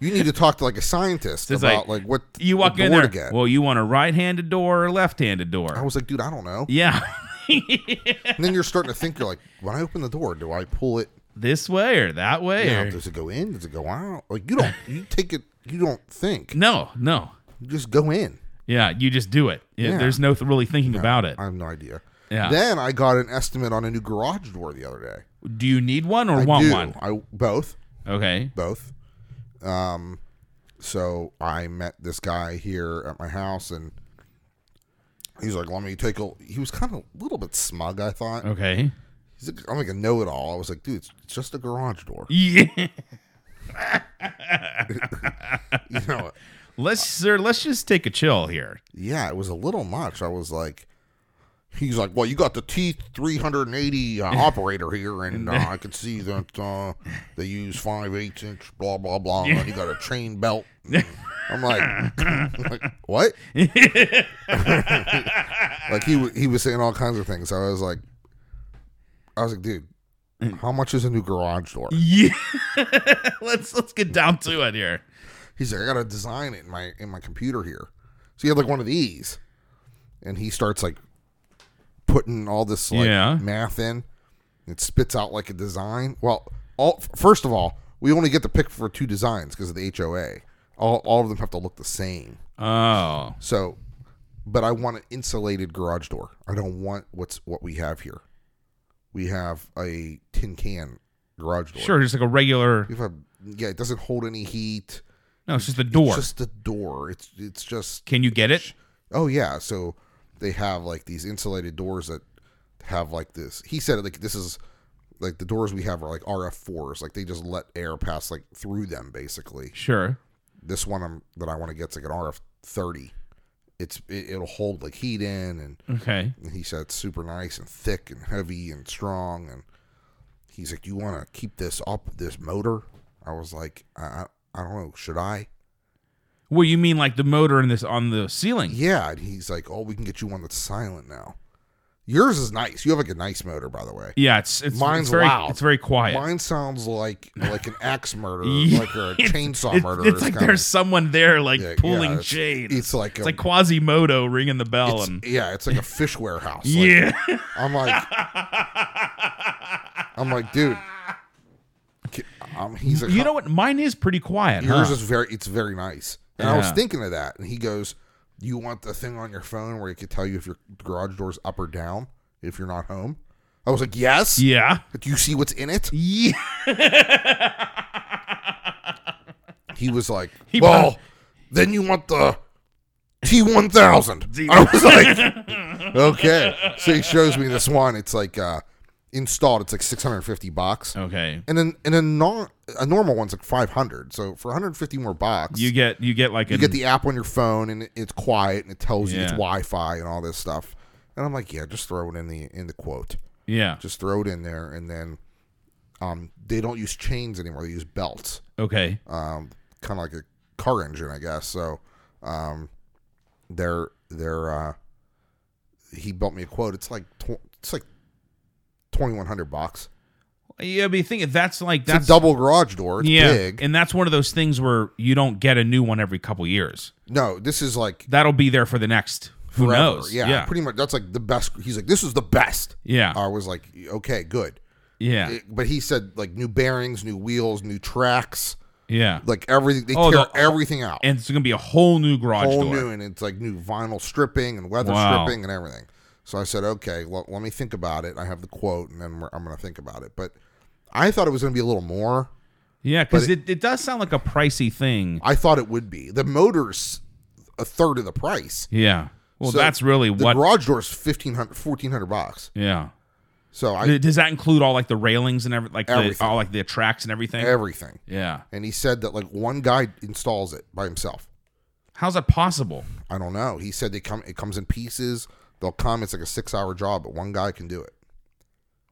B: you need to talk to like a scientist
A: It's
B: about
A: like,
B: like, what
A: you
B: what
A: walk in
B: door
A: there.
B: to get.
A: Well, you want a right-handed door or a left-handed
B: I
A: door?
B: was like, dude, I don't know.
A: Yeah.
B: And then you're starting to think, you're like, when I open the door, do I pull it
A: this way or that way?
B: out?
A: or-
B: Does it go in? Does it go out? Like you don't, you take it, you don't think,
A: No, no.
B: you just go in.
A: Yeah, you just do it. Yeah,
B: Yeah.
A: There's no th- really thinking about it.
B: I have no idea.
A: Yeah.
B: Then I got an estimate on a new garage door the other day.
A: do you need one or
B: I
A: want
B: do.
A: one?
B: I both.
A: Okay.
B: both. Um, so I met this guy here at my house, and he's like, "Let me take a." He was kind of a little bit smug. I thought
A: Okay.
B: he's like, "I'm like a know-it-all." I was like, "Dude, it's, it's just a garage door."
A: Yeah.
B: You know,
A: let's sir. Let's just take a chill here.
B: yeah, it was a little much. I was like. He's like, well, you got the T three hundred and eighty uh, operator here, and uh, I can see that uh, they use five eighths inch, blah blah blah. And you got a chain belt. I'm like, like what? like he wa- he was saying all kinds of things. I was like, I was like, dude, how much is a new garage door?
A: Yeah. let's let's get down to it here.
B: He's like, I gotta design it in my in my computer here. So he had like one of these, and he starts like putting all this like
A: Yeah.
B: math in. It spits out like a design. Well, all first of all, we only get to pick for two designs because of the HOA. All all of them have to look the same.
A: Oh.
B: So, but I want an insulated garage door. I don't want what's what we have here. We have a tin can garage door.
A: Sure, just like a regular.
B: We have a, yeah, it doesn't hold any heat.
A: No, it's just a door.
B: It's just a door. It's it's just
A: Can you get it?
B: oh yeah. So they have like these insulated doors that have like this. He said like this is like the doors we have are like RF fours. Like they just let air pass like through them basically.
A: Sure.
B: this one I'm, that I want to get's like an RF thirty. It's it, it'll hold like heat in,
A: Okay.
B: and he said it's super nice and thick and heavy and strong. And he's like, "Do you want to keep this up this motor?" I was like, "I I, I don't know. Should I?"
A: Well, you mean like the motor in this on the ceiling?
B: Yeah. And he's like, "Oh, we can get you one that's silent now. Yours is nice. You have like a nice motor, by the way.
A: Yeah, it's it's,
B: Mine's
A: it's very
B: loud.
A: it's very quiet.
B: Mine sounds like like an axe murder,
A: Oh, Yeah.
B: like a chainsaw
A: it's,
B: murder.
A: it's like
B: kinda-
A: there's someone there like
B: yeah, yeah,
A: pulling
B: it's-
A: chains. It's,
B: It's like a,
A: like Quasimodo ringing the bell
B: it's-
A: and
B: yeah, it's like a fish warehouse. Like,
A: yeah.
B: I'm like, I'm like, dude. ki- Um, he's like,
A: you
B: "Huh,
A: know what? Mine is pretty quiet.
B: yours
A: huh?
B: is very, it's very nice. And I was
A: Yeah.
B: thinking of that, and he goes, "You want the thing on your phone where it could tell you if your garage door's up or down if you're not home?" I was like, "Yes."
A: yeah.
B: Do you see what's in it?
A: Yeah.
B: He was like,
A: He
B: "Well,
A: prob-
B: then you want the." T1000. I was like, okay. So he shows me this one. It's like uh installed. It's like 650 bucks.
A: Okay.
B: and then and a non a normal one's like 500 so for 150 more bucks
A: You
B: you,
A: get you get like an,
B: get the app on your phone and it- it's quiet and it tells you it's
A: Yeah.
B: wi-fi and all this stuff and i'm like yeah just throw it in the in the quote
A: yeah.
B: just throw it in there and then um they don't use chains anymore they use belts
A: Okay.
B: um kind of like a car engine i guess so um they're they're uh he built me a quote it's like tw- it's like twenty one hundred bucks.
A: Yeah, but you think that's like
B: It's
A: that's
B: a double garage door. It's
A: yeah,
B: big.
A: and that's one of those things where you don't get a new one every couple years.
B: no, this is like
A: That'll be there for the next. Who
B: forever.
A: knows?
B: Yeah,
A: yeah,
B: pretty much. That's like the best. He's like, this is the best.
A: yeah,
B: I was like, okay, good.
A: yeah,
B: It- but he said like new bearings, new wheels, new tracks,
A: yeah.
B: like everything. They
A: Oh,
B: tear
A: the-
B: everything out,
A: And it's gonna be a whole new garage
B: whole
A: door.
B: new, and it's like new vinyl stripping and weather
A: Wow.
B: stripping and everything. So I said, okay, well, let me think about it. I have the quote, and then we're, I'm going to think about it. But I thought it was going to be a little more.
A: Yeah, because it, it does sound like a pricey thing.
B: I thought it would be. The motor's a third of the price.
A: Yeah. Well,
B: So
A: that's really
B: The
A: what.
B: garage door's 1500 1400 bucks.
A: yeah.
B: So I
A: Th- Does that include all like the railings and every like the,
B: Everything.
A: all like the tracks and everything?
B: everything.
A: yeah.
B: And he said that like one guy installs it by himself.
A: How's that possible?
B: I don't know. He said they come. It comes in pieces. They'll come. It's like a six-hour job, but one guy can do it.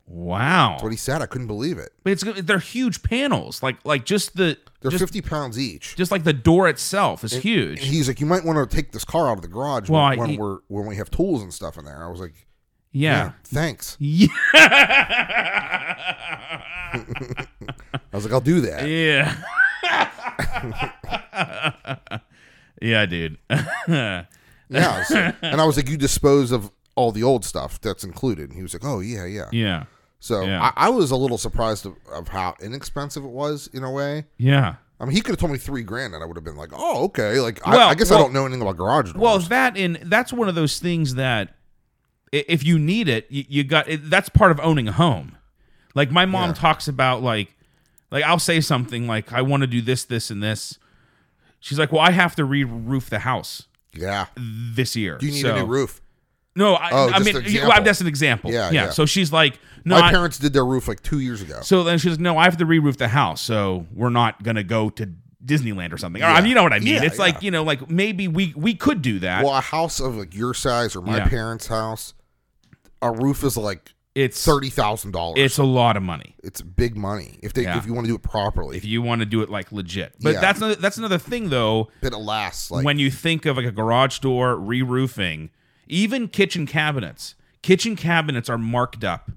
A: Wow.
B: That's what he said. I couldn't believe it.
A: But it's they're huge panels. Like like just the
B: They're
A: just,
B: fifty pounds each.
A: just like the door itself is
B: And
A: huge.
B: he's like, you might want to take this car out of the garage
A: Well, I-
B: when, when
A: he-
B: we're when we have tools and stuff in there. I was like,
A: yeah.
B: thanks.
A: Yeah.
B: I was like, I'll do that.
A: Yeah. yeah, dude.
B: Yeah. so- and I was like, you dispose of all the old stuff that's included. And he was like, oh yeah, yeah.
A: yeah.
B: So
A: Yeah.
B: I, I was a little surprised of, of how inexpensive it was in a way.
A: Yeah.
B: I mean, he could have told me three grand, and I would have been like, oh okay. Like
A: Well,
B: I, I guess
A: well-
B: I don't know anything about garage doors.
A: Well, that and that's one of those things that i- if you need it, you, you got. It, that's part of owning a home. Like my mom talks about, like, like I'll say something like, "I want to do this, this, and this." She's like, "Well, I have to re-roof the house
B: yeah.
A: this year."
B: Do you need
A: so.
B: a new roof?
A: No, I,
B: Oh,
A: I
B: just
A: mean,
B: an
A: yeah, well,
B: example.
A: that's an example.
B: Yeah, yeah.
A: So she's like, "No,
B: My
A: I-
B: parents did their roof like two years ago.
A: So then she goes, "No, I have to re-roof the house, so we're not gonna go to Disneyland or something." Or, I mean, you know what I mean?
B: Yeah,
A: it's like you know, like maybe we we could do that.
B: well, a house of like your size or my
A: Yeah.
B: parents' house, a roof is like
A: it's
B: thirty thousand dollars.
A: it's a lot of money.
B: It's big money if they
A: Yeah.
B: if you want to do it properly.
A: if you want to do it like legit. But
B: Yeah.
A: that's another, that's another thing though.
B: but it lasts like
A: when you think of like a garage door re-roofing, even kitchen cabinets, kitchen cabinets are marked up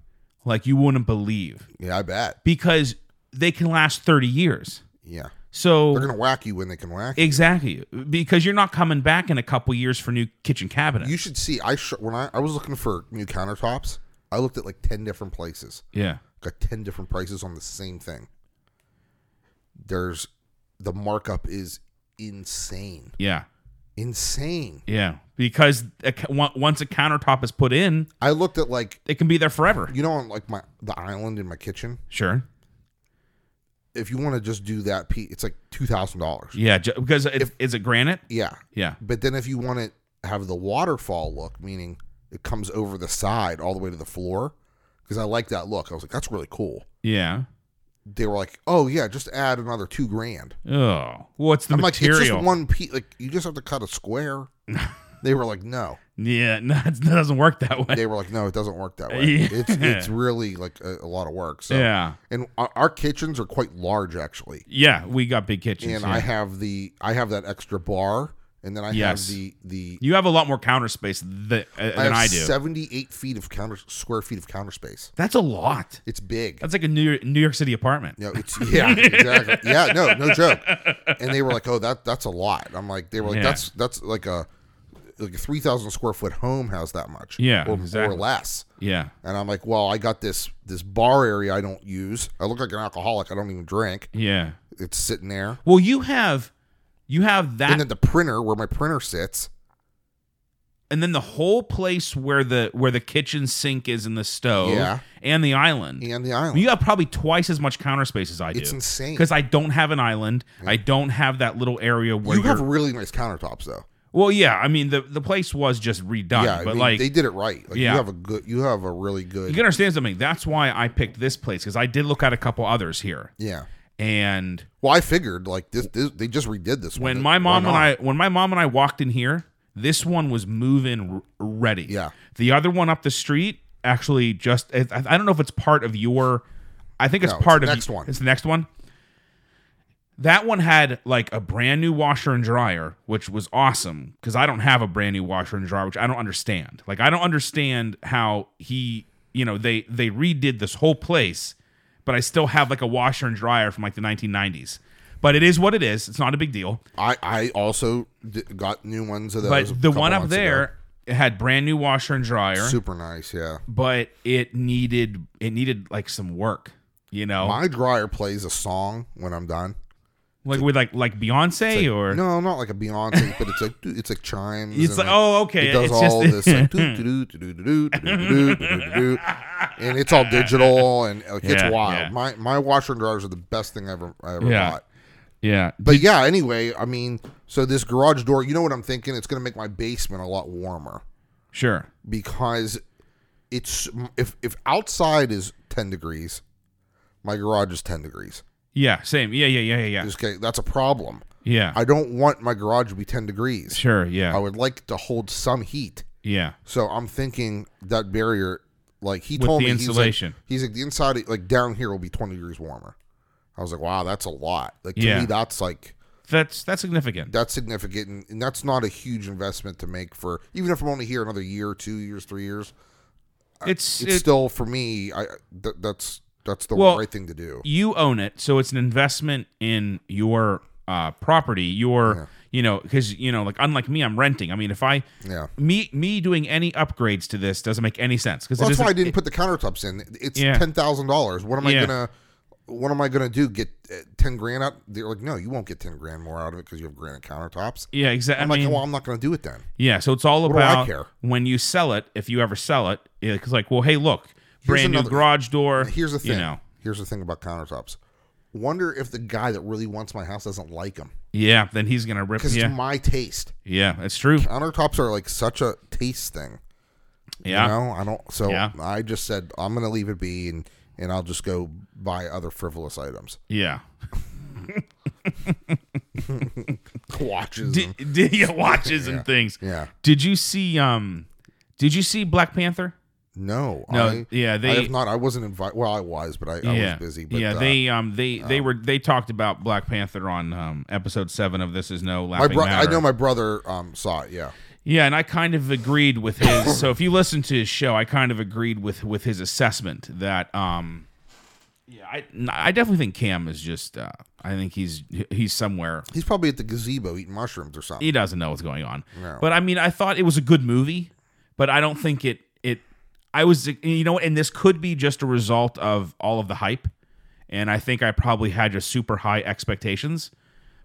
A: like you wouldn't believe
B: yeah, I bet
A: because they can last thirty years.
B: yeah
A: So
B: they're gonna whack you when they can whack you.
A: exactly because you're not coming back in a couple years for new kitchen cabinets.
B: You should see. I sh- when I, I was looking for new countertops, I looked at like ten different places.
A: yeah,
B: Got ten different prices on the same thing. There's the markup is insane,
A: yeah,
B: insane.
A: yeah. Because a, ca- on- once a countertop is put in,
B: I looked at like
A: it can be there forever.
B: you know on like my the island in my kitchen.
A: Sure.
B: if you want to just do that piece, it's like two thousand dollars.
A: Yeah, ju- because it, is it granite?
B: Yeah,
A: Yeah.
B: but then if you want to have the waterfall look, meaning it comes over the side all the way to the floor, because I like that look. I was like, that's really cool.
A: Yeah.
B: They were like, oh yeah, just add another two grand.
A: Oh, what's the
B: I'm
A: material?
B: like, it's just one piece. Like you just have to cut a square. they were like, no.
A: Yeah, no, it doesn't work that way.
B: They were like, no, it doesn't work that way.
A: Yeah.
B: It's it's really like a, a lot of work. So
A: Yeah,
B: and our, our kitchens are quite large actually.
A: yeah, we got big kitchens.
B: and
A: yeah.
B: I have the I have that extra bar, and then I
A: Yes.
B: have the the
A: you have a lot more counter space th- uh, than I, do.
B: seventy eight feet of counter square feet of counter space.
A: That's a lot.
B: It's big.
A: That's like a New York, New York City apartment.
B: No, it's yeah, exactly. Yeah, no, no joke. And they were like, "Oh, that that's a lot." I'm like, they were like,
A: Yeah.
B: "That's that's like a like a three thousand square foot home has that much,
A: Yeah,
B: or,
A: exactly.
B: or less."
A: Yeah,
B: And I'm like, "Well, I got this this bar area I don't use. I look like an alcoholic. I don't even drink.
A: yeah.
B: It's sitting there,
A: Well, you have, you have that,
B: and then the printer where my printer sits.
A: the whole place where the where the kitchen sink is and the stove,
B: Yeah.
A: and the island.
B: and the island.
A: You have probably twice as much counter space as I do.
B: It's insane.
A: because I don't have an island. I don't have that little area where
B: You
A: are
B: have really nice countertops though.
A: well, yeah. I mean, the the place was just redone,
B: Yeah, I
A: but
B: mean,
A: like
B: they did it right. Like,
A: Yeah.
B: you have a good, you have a really good.
A: You can understand something. That's why I picked this place because I did look at a couple others here.
B: yeah.
A: And
B: Well, I figured like this, this they just redid this one.
A: when
B: They-
A: my
B: why
A: mom and
B: not?
A: I when my mom and I walked in here, this one was move-in r- ready.
B: Yeah.
A: The other one up the street actually just I, I don't know if it's part of your. I think it's
B: No, it's
A: part
B: the
A: of
B: next one.
A: It's the next one. That one had like a brand new washer and dryer, which was awesome because I don't have a brand new washer and dryer, which I don't understand. Like I don't understand how he you know they they redid this whole place, but I still have like a washer and dryer from like the 1990s. But it is what it is. It's not a big deal.
B: I I also d- got new ones of those. a
A: But the
B: couple
A: one up
B: months ago.
A: there it had brand new washer and dryer,
B: super nice. Yeah,
A: but it needed it needed like some work. You know,
B: my dryer plays a song when I'm done.
A: like with like like Beyonce or
B: No, not like a Beyonce, but it's like it's like chimes.
A: It's like,
B: and,
A: oh, okay,
B: It does
A: it's
B: all
A: just-
B: this like doo doo doo doo doo doo doo doo doo doo, and it's all digital and like,
A: Yeah,
B: it's wild.
A: yeah.
B: My my washer and dryers are the best thing I ever I ever
A: Yeah.
B: bought.
A: yeah,
B: But yeah, anyway, I mean, so this garage door, you know what I'm thinking? It's going to make my basement a lot warmer
A: sure,
B: because it's if if outside is 10 degrees, my garage is 10 degrees.
A: yeah, same, yeah, yeah, yeah, yeah, yeah,
B: Just kidding. That's a problem.
A: yeah,
B: I don't want my garage to be 10 degrees.
A: sure,
B: I
A: yeah,
B: would like it to hold some heat.
A: yeah,
B: So I'm thinking that barrier, like he
A: With
B: told
A: the
B: me, he's like-
A: insulation.
B: He's like, the inside, like down here, will be 20 degrees warmer. I was like, wow, that's a lot. Like to
A: Yeah.
B: me, that's like
A: that's that's significant.
B: that's significant, and, and that's not a huge investment to make for even if I'm only here another year, two years, three years.
A: It's
B: It's
A: it-
B: still for me. I th- that's that's the
A: Well,
B: right thing to do.
A: you own it, so it's an investment in your uh property, your you know, because you know, like unlike me, I'm renting. I mean, if I
B: Yeah.
A: me me doing any upgrades to this doesn't make any sense because
B: Well,
A: it
B: that's
A: isn't.
B: why I didn't put the countertops in. It's
A: Yeah.
B: ten thousand dollars. What am I
A: Yeah.
B: gonna? What am I gonna do? Get uh, ten grand out? They're like, no, you won't get ten grand more out of it because you have granite countertops.
A: yeah, exactly.
B: I'm like, well, I'm not gonna do it then.
A: Yeah, so it's all
B: do I
A: about
B: care?
A: when you sell it, if you ever sell it, it's like, well, hey, look, brand
B: another-
A: new garage door.
B: Here's the thing.
A: You know,
B: Here's the thing about countertops. Wonder if the guy that really wants my house doesn't like them
A: yeah, then he's gonna rip.
B: because
A: Yeah,
B: it's my taste.
A: yeah, that's true.
B: Countertops are like such a taste thing.
A: Yeah,
B: You know, I don't. So
A: Yeah.
B: I just said I'm gonna leave it be and and I'll just go buy other frivolous items,
A: yeah.
B: watches.
A: D-
B: and-
A: d- yeah, watches and things.
B: Mm-hmm. yeah.
A: Did you see? Um, did you see Black Panther?
B: No,
A: No,
B: I,
A: yeah,
B: I
A: they-
B: have not. I wasn't invited. Well, I was, but I, I
A: yeah,
B: was busy. But,
A: yeah,
B: uh,
A: they um they they were they talked about Black Panther on um episode seven of This Is No
B: my
A: Laughing
B: bro- I
A: Matter.
B: know my brother um saw it. Yeah,
A: Yeah, and I kind of agreed with his. so if you listen to his show, I kind of agreed with with his assessment that um yeah, I I definitely think Cam is just uh I think he's he's somewhere
B: he's probably at the gazebo eating mushrooms or something.
A: he doesn't know what's going on. But I mean, I thought it was a good movie, but I don't think it it I was you know, and this could be just a result of all of the hype. And I think I probably had just super high expectations,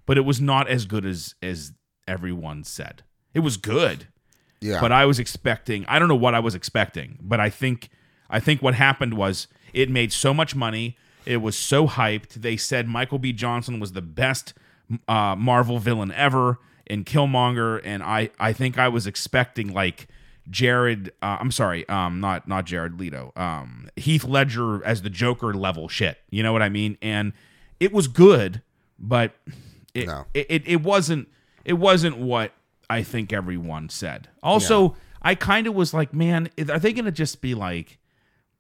A: but it was not as good as as everyone said. It was good
B: yeah,
A: but I was expecting I don't know what I was expecting, but I think I think what happened was it made so much money, it was so hyped. They said Michael B. Johnson was the best uh, Marvel villain ever in Killmonger, and I I think I was expecting like Jared, uh, I'm sorry, um, not not Jared Leto, um, Heath Ledger as the Joker level shit. You know what I mean? And it was good, but it
B: No.
A: it, it, it wasn't it wasn't what I think everyone said. Also, I kind of was like, man, is- are they going to just be like,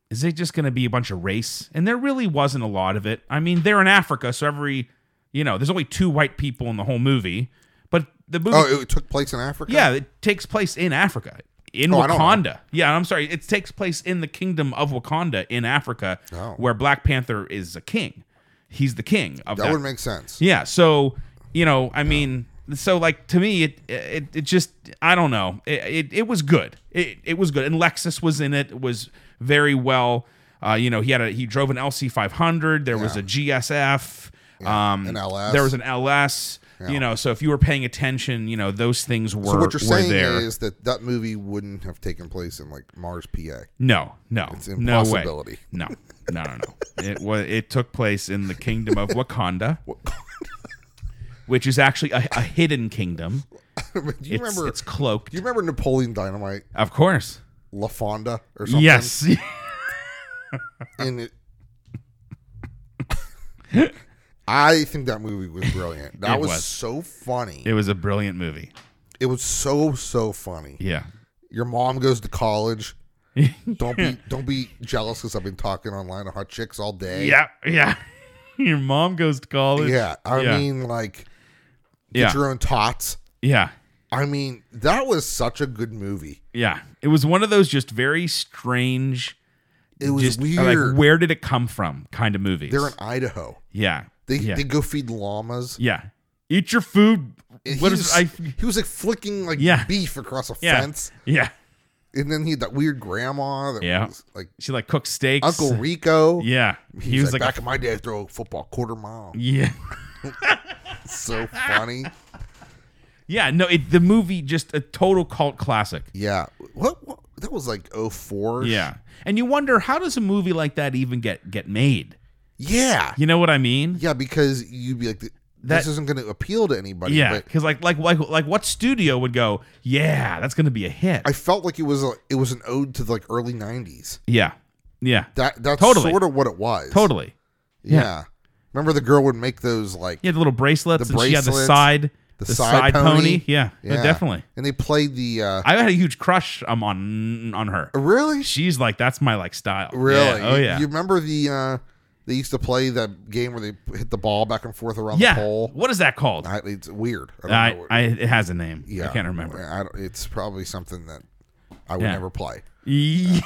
A: is it just going to be a bunch of race? And there really wasn't a lot of it. I mean, they're in Africa, so every you know, there's only two white people in the whole movie, but the movie,
B: oh, it took place in Africa.
A: yeah, it takes place in Africa. In
B: Oh, I don't know.
A: Wakanda. Yeah, I'm sorry. It takes place in the kingdom of Wakanda in Africa,
B: Oh.
A: where Black Panther is a king. He's the king of
B: that
A: that
B: would make sense.
A: yeah. So, you know, I mean, so like to me, it it, it just I don't know. It it, it was good. It, it was good, and Lexus was in it. Was very well. Uh, you know, he had a he drove an LC 500. There was a GSF. um,
B: an LS.
A: There was an LS. You know, so if you were paying attention, you know those things were
B: So what
A: were
B: you're saying
A: there.
B: is that that movie wouldn't have taken place in like Mars, PA.
A: No, no,
B: an
A: no way.
B: impossibility.
A: No, no, no, no. it was. It took place in the kingdom of Wakanda, which is actually a, a hidden kingdom.
B: do you
A: It's,
B: remember?
A: it's cloaked,
B: do you remember Napoleon Dynamite,
A: of course.
B: La Fonda, or something?
A: Yes,
B: And it. I think that movie was brilliant. That
A: It
B: was,
A: was.
B: so funny.
A: it was a brilliant movie.
B: it was so so funny.
A: Yeah,
B: your mom goes to college. Don't be don't be jealous because I've been talking online to hot chicks all day.
A: yeah, yeah. Your mom goes to college.
B: yeah. I
A: Yeah.
B: mean, like, get
A: yeah,
B: your own tots.
A: yeah,
B: I mean, that was such a good movie.
A: yeah. It was one of those just very strange.
B: It was
A: just
B: weird.
A: like where did it come from kind of movies.
B: They're in Idaho.
A: yeah.
B: They
A: yeah.
B: they go feed llamas.
A: yeah. Eat your food.
B: And
A: What
B: he,
A: is
B: was,
A: I
B: he was like flicking like
A: Yeah.
B: beef across a
A: yeah.
B: fence,
A: Yeah.
B: and then he had that weird grandma that
A: Yeah.
B: was like
A: She like cooks steaks.
B: Uncle Rico.
A: Yeah.
B: He, was, like, back in my day, I throw a football quarter mile.
A: Yeah.
B: It's so funny.
A: Yeah, no, it, the movie just a total cult classic.
B: Yeah. What, what? That was like 04.
A: Yeah. And you wonder how does a movie like that even get get made?
B: Yeah.
A: You know what I mean?
B: Yeah, because you'd be like,
A: That-
B: this isn't going to appeal to anybody.
A: Yeah,
B: But
A: because like like like like what studio would go? Yeah, that's gonna be a hit.
B: I felt like it was a, it was an ode to like early 90s.
A: yeah, yeah,
B: That That's
A: Totally.
B: sort of what it was.
A: totally.
B: Yeah. Remember the girl would make those like,
A: You had the little bracelets,
B: The
A: and she had the
B: bracelets,
A: side,
B: the
A: the, side,
B: side pony.
A: pony. Yeah, yeah,
B: Yeah.
A: definitely.
B: and they played the, uh,
A: I had a huge crush um, on on her.
B: really?
A: She's like, that's my like style.
B: Really?
A: Yeah. Oh
B: You-
A: yeah.
B: You remember the, uh, they used to play that game where they hit the ball back and forth around
A: yeah.
B: the pole.
A: What is that called? I,
B: I, it's weird. I don't know
A: I,
B: what-
A: it has a name. I can't remember.
B: I don't- it's probably something that I would
A: Yeah.
B: never play.
A: Yeah.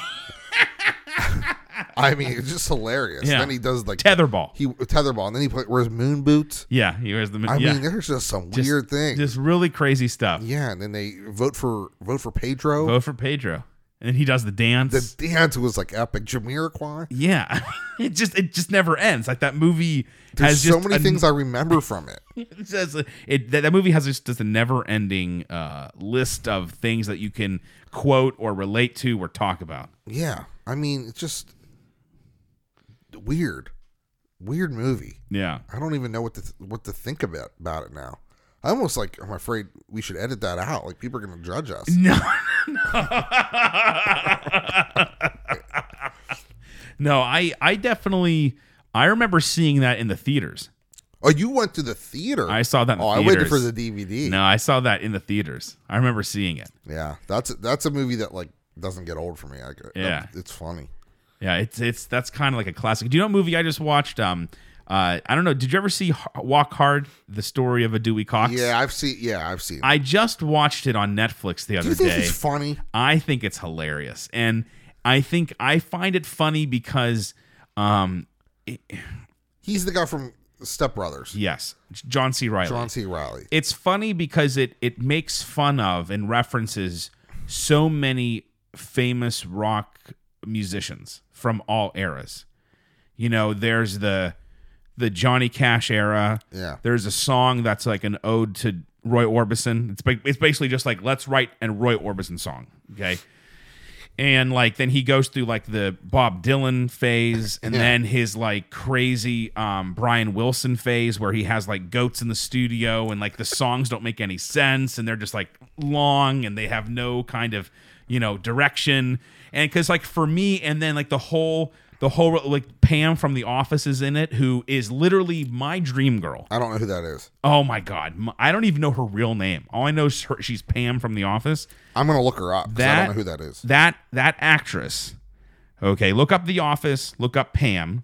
B: I mean, it's just hilarious.
A: Yeah.
B: Then he does like
A: Tetherball.
B: he tetherball, and then he play, wears moon boots.
A: Yeah, he wears the.
B: I
A: yeah.
B: mean, there's just some
A: Just-
B: weird things.
A: just really crazy stuff.
B: yeah, and then they vote for vote for Pedro.
A: Vote for Pedro, and then he does the dance.
B: the dance was like epic. Jamiroquai.
A: yeah, it just it just never ends. Like that movie
B: There's
A: has just
B: so many
A: a-
B: things I remember from it.
A: it says- it- that, that movie has just, just a never-ending uh, list of things that you can quote or relate to or talk about.
B: Yeah, I mean, it's just weird, weird movie.
A: Yeah,
B: I don't even know what to th- what to think about about it now. I almost like I'm afraid we should edit that out. Like people are gonna judge us.
A: no, no, I I definitely I remember seeing that in the theaters.
B: Oh, you went to the theater.
A: I saw that. In
B: Oh, I
A: theaters.
B: waited for the DVD.
A: No, I saw that in the theaters. I remember seeing it.
B: Yeah, that's that's a movie that like doesn't get old for me. I,
A: Yeah.
B: it's funny.
A: Yeah, it's it's that's kind of like a classic. Do you know what movie I just watched? Um, uh, I don't know. Did you ever see H- Walk Hard? The story of a Dewey Cox.
B: Yeah, I've seen. Yeah, I've seen.
A: I just watched it on Netflix the
B: Do
A: other
B: you think
A: day.
B: it's funny?
A: I think it's hilarious, and I think I find it funny because, um,
B: He's the guy from Step Brothers,
A: yes, John C. Riley.
B: John C. Riley.
A: it's funny because it it makes fun of and references so many famous rock musicians from all eras. You know, there's the the Johnny Cash era.
B: Yeah.
A: There's a song that's like an ode to Roy Orbison. It's ba- it's basically just like let's write a Roy Orbison song, okay? And like then he goes through like the Bob Dylan phase and
B: Yeah.
A: then his like crazy um Brian Wilson phase where he has like goats in the studio and like the songs don't make any sense and they're just like long and they have no kind of, you know, direction. And cuz like for me and then like the whole the whole like Pam from the office is in it who is literally my dream girl.
B: I don't know who that is.
A: Oh my god, M- I don't even know her real name. All I know is her, she's Pam from the office.
B: I'm gonna look her up. 'cause I
A: That-
B: don't know who that is.
A: That that actress. Okay, look up The Office, look up Pam.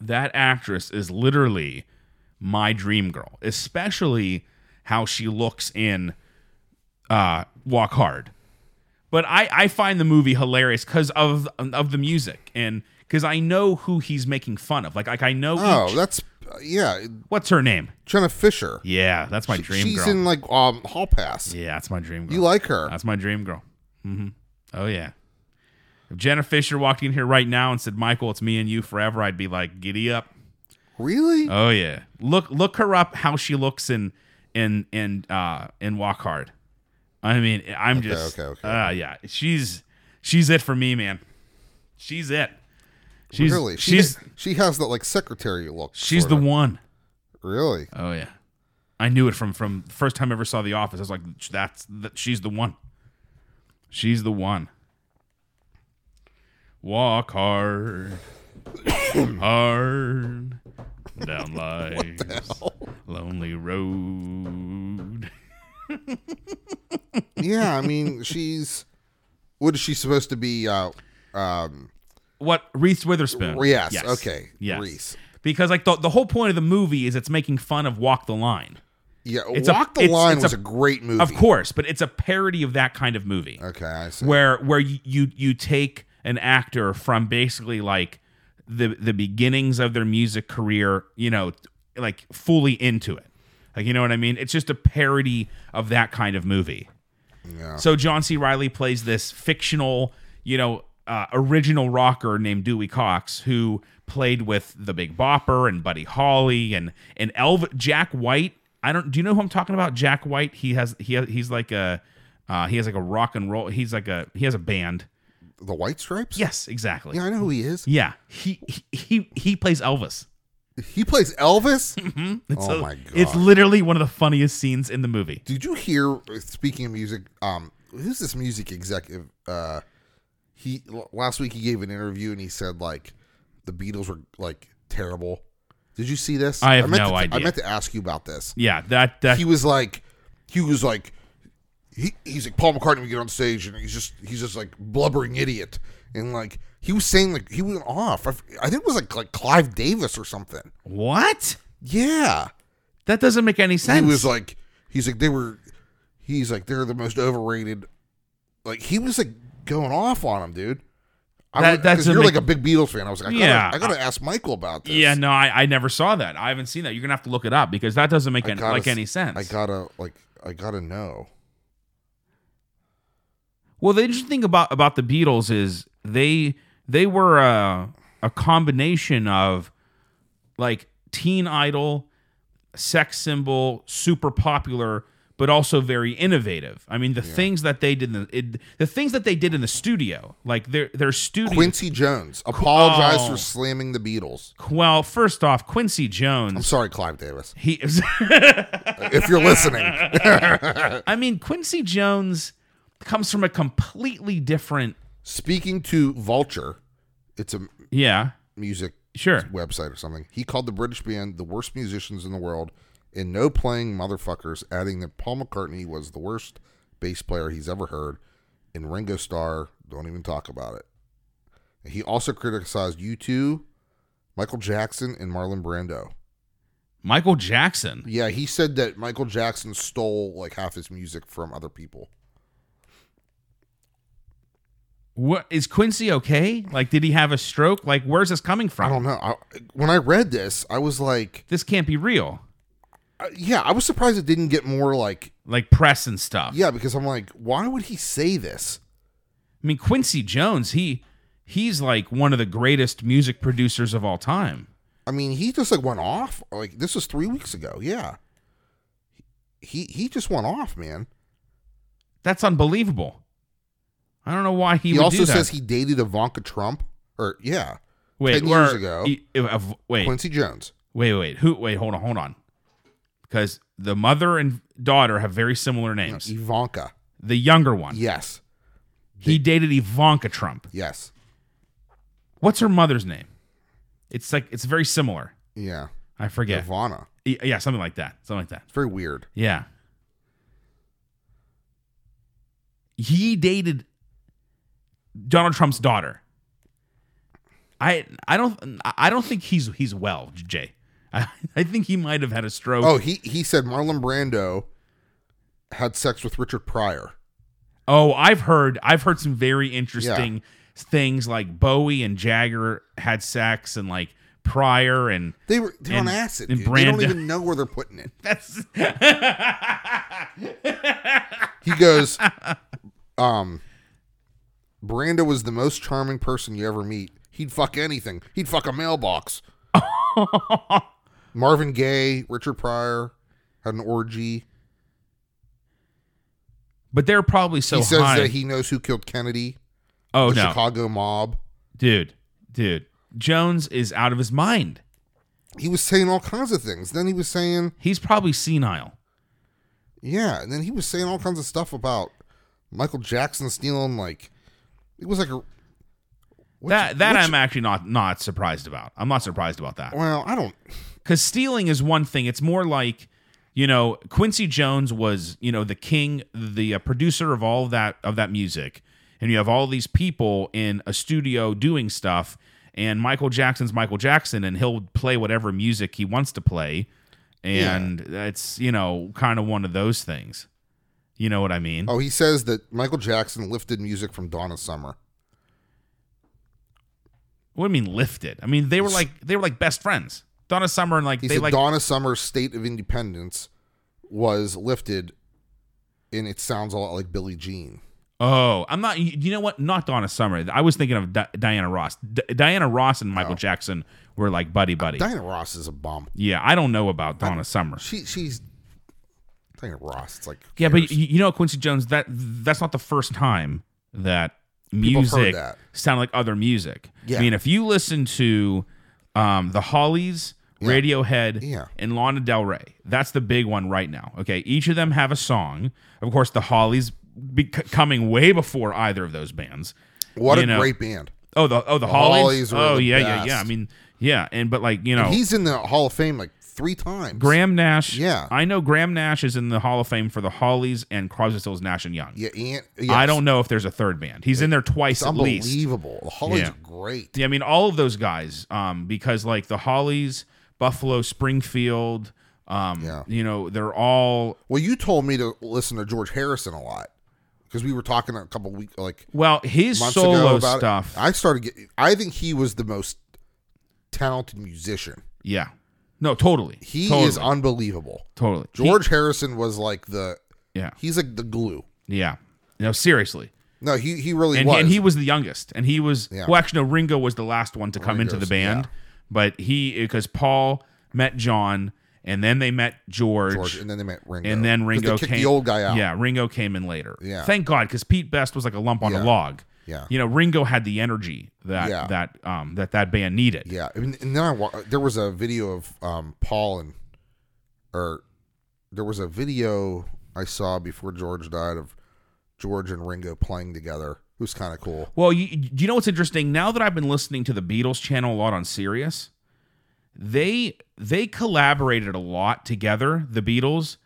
A: That actress is literally my dream girl, especially how she looks in uh Walk Hard. But I I find the movie hilarious cuz of of the music and cuz I know who he's making fun of. Like like I know
B: Oh,
A: each-
B: that's yeah,
A: what's her name?
B: Jenna Fisher.
A: Yeah, that's my dream
B: She's
A: girl.
B: in like um Hall Pass.
A: yeah, Uh, that's my dream girl.
B: You like her?
A: That's my dream girl.
B: Mm-hmm.
A: hmm Oh yeah. If Jenna Fisher walked in here right now and said, "Michael, it's me and you forever," I'd be like, "Giddy up!"
B: really?
A: Oh yeah. Look look her up. How she looks in in in uh in Walk Hard. I mean, I'm just
B: okay, okay.
A: Uh, yeah, she's she's it for me, man. She's it. She's
B: really? She,
A: she's
B: she has that like secretary look.
A: she's the
B: sorta.
A: one.
B: really.
A: Oh yeah, I knew it from from the first time I ever saw The Office. I was like, that's that, she's the one. She's the one. Walk hard, hard down life's lonely road.
B: yeah, I mean, she's what is she supposed to be? Uh, um,
A: What Reese Witherspoon?
B: yes, okay,
A: Uh, Yes.
B: Reese.
A: Because like the the whole point of the movie is it's making fun of Walk the Line.
B: Yeah,
A: It's a-
B: Walk the
A: it's-
B: Line
A: it's
B: was a,
A: a-
B: great movie.
A: Of course, but it's a parody of that kind of movie.
B: Okay, I see.
A: where where you you, you take an actor from basically like the the beginnings of their music career, you know, like fully into it. Like you know what I mean? It's just a parody of that kind of movie.
B: Yeah.
A: So John C. Riley plays this fictional, you know, uh, original rocker named Dewey Cox, who played with the Big Bopper and Buddy Holly and and Elv Jack White. I don't. Do you know who I'm talking about? Jack White. He has he has, he's like a uh, he has like a rock and roll. He's like a he has a band.
B: The White Stripes?
A: Yes, exactly.
B: Yeah,
A: Yeah.
B: I know who he is.
A: He he he, he plays Elvis. Mm-hmm.
B: He plays Elvis?
A: It's a-
B: Oh my
A: It's
B: God.
A: literally one of the funniest scenes in the movie.
B: Did you hear? Speaking of music, um, who's this music executive? Uh, he l- last week he gave an interview and he said like the Beatles were like terrible. Did you see this?
A: I have
B: meant
A: no
B: to,
A: idea.
B: I meant to ask you about this.
A: Yeah, that that
B: He was like, he was like, he, he's like Paul McCartney would get on stage and he's just he's just like blubbering idiot and like he was saying like he went off. I, f- I think it was like like Clive Davis or something.
A: what?
B: Yeah.
A: That doesn't make any sense.
B: he was like he's like they were he's like they're the most overrated like he was like going off on him dude I
A: That-
B: would-
A: that
B: 'cause
A: doesn't
B: you're
A: make-
B: like a big beatles fan i was like i gotta,
A: Yeah.
B: I gotta ask michael about this
A: Yeah, no, I, I never saw that. I haven't seen that. You're gonna have to look it up because that doesn't make
B: I
A: any,
B: gotta
A: like
B: s-
A: any sense.
B: i gotta like i gotta know
A: well, the interesting thing about about the Beatles is they they were a a combination of like teen idol, sex symbol, super popular, but also very innovative. I mean, the things that they did in the it, the things that they did in the studio, like their their studio.
B: quincy jones apologized
A: Oh.
B: for slamming the beatles
A: well, first off, Quincy
B: i'm
A: Jones.
B: sorry clive davis
A: He
B: if you're listening
A: I mean, Quincy Jones comes from a completely different.
B: speaking to vulture it's a
A: Yeah,
B: music
A: sure.
B: website or something. He called the British band the worst musicians in the world and no playing motherfuckers, adding that Paul McCartney was the worst bass player he's ever heard, and Ringo Starr, don't even talk about it. He also criticized U2, Michael Jackson, and Marlon Brando.
A: Michael Jackson.
B: Yeah, he said that Michael Jackson stole like half his music from other people.
A: What is Quincy okay? Like, did he have a stroke? Like, where's this coming
B: I
A: from?
B: don't know. I, when I read this, I was like,
A: This can't be real.
B: uh, yeah, I was surprised it didn't get more like,
A: Like press and stuff.
B: yeah, because I'm like, why would he say this?
A: I mean, Quincy Jones. He he's like one of the greatest music producers of all time.
B: I mean, he just like went off. Like this was three weeks ago. Yeah, he he just went off, man.
A: That's unbelievable. I don't know why he,
B: He,
A: would
B: also
A: do that.
B: says he dated Ivanka Trump, or yeah,
A: wait,
B: 10 years
A: or-
B: ago,
A: he- of- wait,
B: Quincy Jones.
A: Wait, wait, who? Wait, hold on, hold on, because the mother and daughter have very similar names.
B: Ivanka.
A: the younger one,
B: Yes,
A: he dated Ivanka Trump.
B: yes,
A: What's her mother's name? It's like it's very similar.
B: yeah.
A: I forget.
B: Ivana.
A: Y- yeah, something like that. Something like that.
B: It's very weird.
A: Yeah. He dated Donald Trump's daughter. I I don't I don't think he's he's well, Jay. I, I think he might have had a stroke.
B: Oh, he he said Marlon Brando had sex with Richard Pryor.
A: Oh, I've heard I've heard some very interesting things like Bowie and Jagger had sex and like Pryor and
B: They were they're
A: And-
B: on acid.
A: and
B: Dude. They don't
A: Brando.
B: even know where they're putting it.
A: that's
B: He goes, um, Brando was the most charming person you ever meet. He'd fuck anything. He'd fuck a mailbox. Marvin Gaye, Richard Pryor had an orgy.
A: But they're probably so
B: he says
A: high.
B: that he knows who killed Kennedy,
A: oh
B: the
A: no.
B: Chicago mob.
A: Dude. Dude. Jones is out of his mind.
B: He was saying all kinds of things. Then he was saying,
A: He's probably senile.
B: yeah, and then he was saying all kinds of stuff about Michael Jackson stealing like it was like a what's-
A: that that
B: what's-
A: I'm actually not not surprised about. I'm not surprised about that.
B: well, I don't
A: because stealing is one thing. It's more like, you know, Quincy Jones was, you know, the king, the uh, producer of all that of that music, and you have all these people in a studio doing stuff. And Michael Jackson's Michael Jackson, and he'll play whatever music he wants to play, and it's you know kind of one of those things. You know what I mean?
B: Oh, he says that Michael Jackson lifted music from Donna Summer.
A: What do you mean lifted? I mean they were like they were like best friends. Donna Summer and like
B: He
A: they
B: said
A: like
B: Donna Summer's State of Independence was lifted, and it sounds a lot like Billie Jean.
A: Oh, I'm not. You you know what? Not Donna Summer. I was thinking of Di- Diana Ross. D- Diana Ross and
B: Oh.
A: Michael Jackson were like
B: Uh,
A: buddy buddy.
B: Diana Ross is a bomb.
A: yeah, I don't know about Donna Summer.
B: She she's Diana Ross. It's like
A: Yeah, but you, you know Quincy Jones. That that's not the first time that
B: People heard
A: music
B: that.
A: sounded like other music.
B: Yeah.
A: I mean, if you listen to um, the Hollies, Radiohead,
B: Yeah.
A: and Lana Del Rey, that's the big one right now. Okay, each of them have a song. Of course, the Hollies be- c- coming way before either of those bands.
B: what
A: you
B: a
A: know.
B: great band.
A: Oh, the oh the Hollies.
B: Hollies were
A: oh
B: the
A: yeah,
B: best.
A: yeah, yeah. I mean, yeah, and but like you know,
B: He's in the Hall of Fame like three times.
A: Graham Nash.
B: Yeah.
A: I know Graham Nash is in the Hall of Fame for the Hollies and Crosby, Stills, Nash and Young.
B: Yeah, and,
A: I
B: yes,
A: don't know if there's a third band. He's in there twice
B: It's
A: at least.
B: unbelievable. The Hollies
A: Yeah.
B: are great.
A: Yeah, I mean all of those guys, um, because like the Hollies, Buffalo, Springfield, um,
B: Yeah.
A: you know, they're all
B: Well, you told me to listen to George Harrison a lot because we were talking a couple weeks like
A: well his
B: months ago
A: solo
B: about it.
A: stuff.
B: I started getting. I think he was the most talented musician.
A: yeah, no, totally.
B: He
A: totally,
B: is unbelievable.
A: totally He-
B: George Harrison was like the
A: yeah,
B: he's like the glue.
A: yeah. No, seriously.
B: No, he he really
A: and,
B: was.
A: He, and he was the youngest, and he was
B: Yeah.
A: well. Actually, no, Ringo was the last one to come into the
B: Ringo's-
A: band, but he because Paul met John, and then they met George,
B: George, and then they met Ringo.
A: and then
B: 'Cause
A: Ringo
B: they kicked
A: came
B: the old guy out.
A: Yeah, Ringo came in later.
B: Yeah.
A: thank God, because Pete Best was like a lump on
B: Yeah.
A: a log.
B: Yeah.
A: you know, Ringo had the energy that
B: Yeah.
A: that um that that band needed.
B: Yeah, and, and then I wa- there was a video of um, Paul and or there was a video I saw before George died of George and Ringo playing together. It was kind of cool.
A: Well, you you know what's interesting? Now that I've been listening to the Beatles channel a lot on Sirius, they they collaborated a lot together, the Beatles,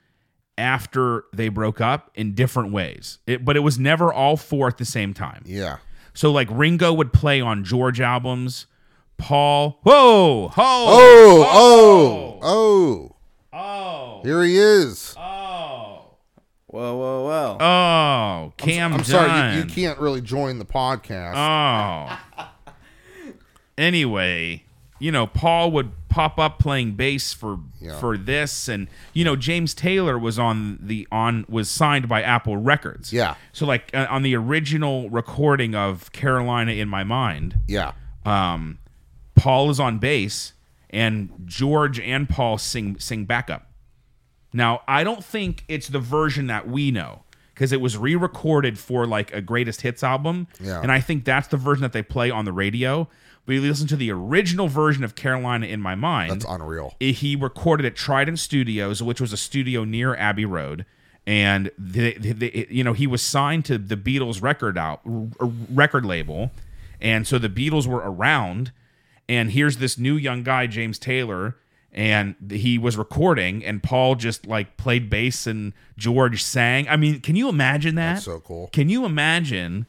A: after they broke up in different ways. It, but it was never all four at the same time.
B: Yeah,
A: So like Ringo would play on George albums, Paul, whoa, ho,
B: Oh, oh, oh,
A: oh,
B: Here he is.
A: oh,
C: Whoa, whoa, whoa.
A: oh, Cam
B: I'm sorry, you, you
A: Dunn.
B: can't really join the podcast.
A: Oh. anyway, you know, Paul would pop up playing bass for
B: Yeah.
A: for this and you know, James Taylor was on the on was signed by Apple Records.
B: Yeah.
A: So like uh, on the original recording of Carolina in My Mind,
B: yeah,
A: um Paul is on bass and George and Paul sing sing backup. Now, I don't think it's the version that we know because it was re-recorded for like a greatest hits album,
B: Yeah.
A: and I think that's the version that they play on the radio. But you listen to the original version of Carolina in My Mind.
B: it's unreal.
A: i- he recorded at Trident Studios, which was a studio near Abbey Road, and the, the, the- you know he was signed to the Beatles record out r- record label, and so the Beatles were around, and here's this new young guy James Taylor. And he was recording, and Paul just like played bass, and George sang. I mean, can you imagine that?
B: That's so cool.
A: Can you imagine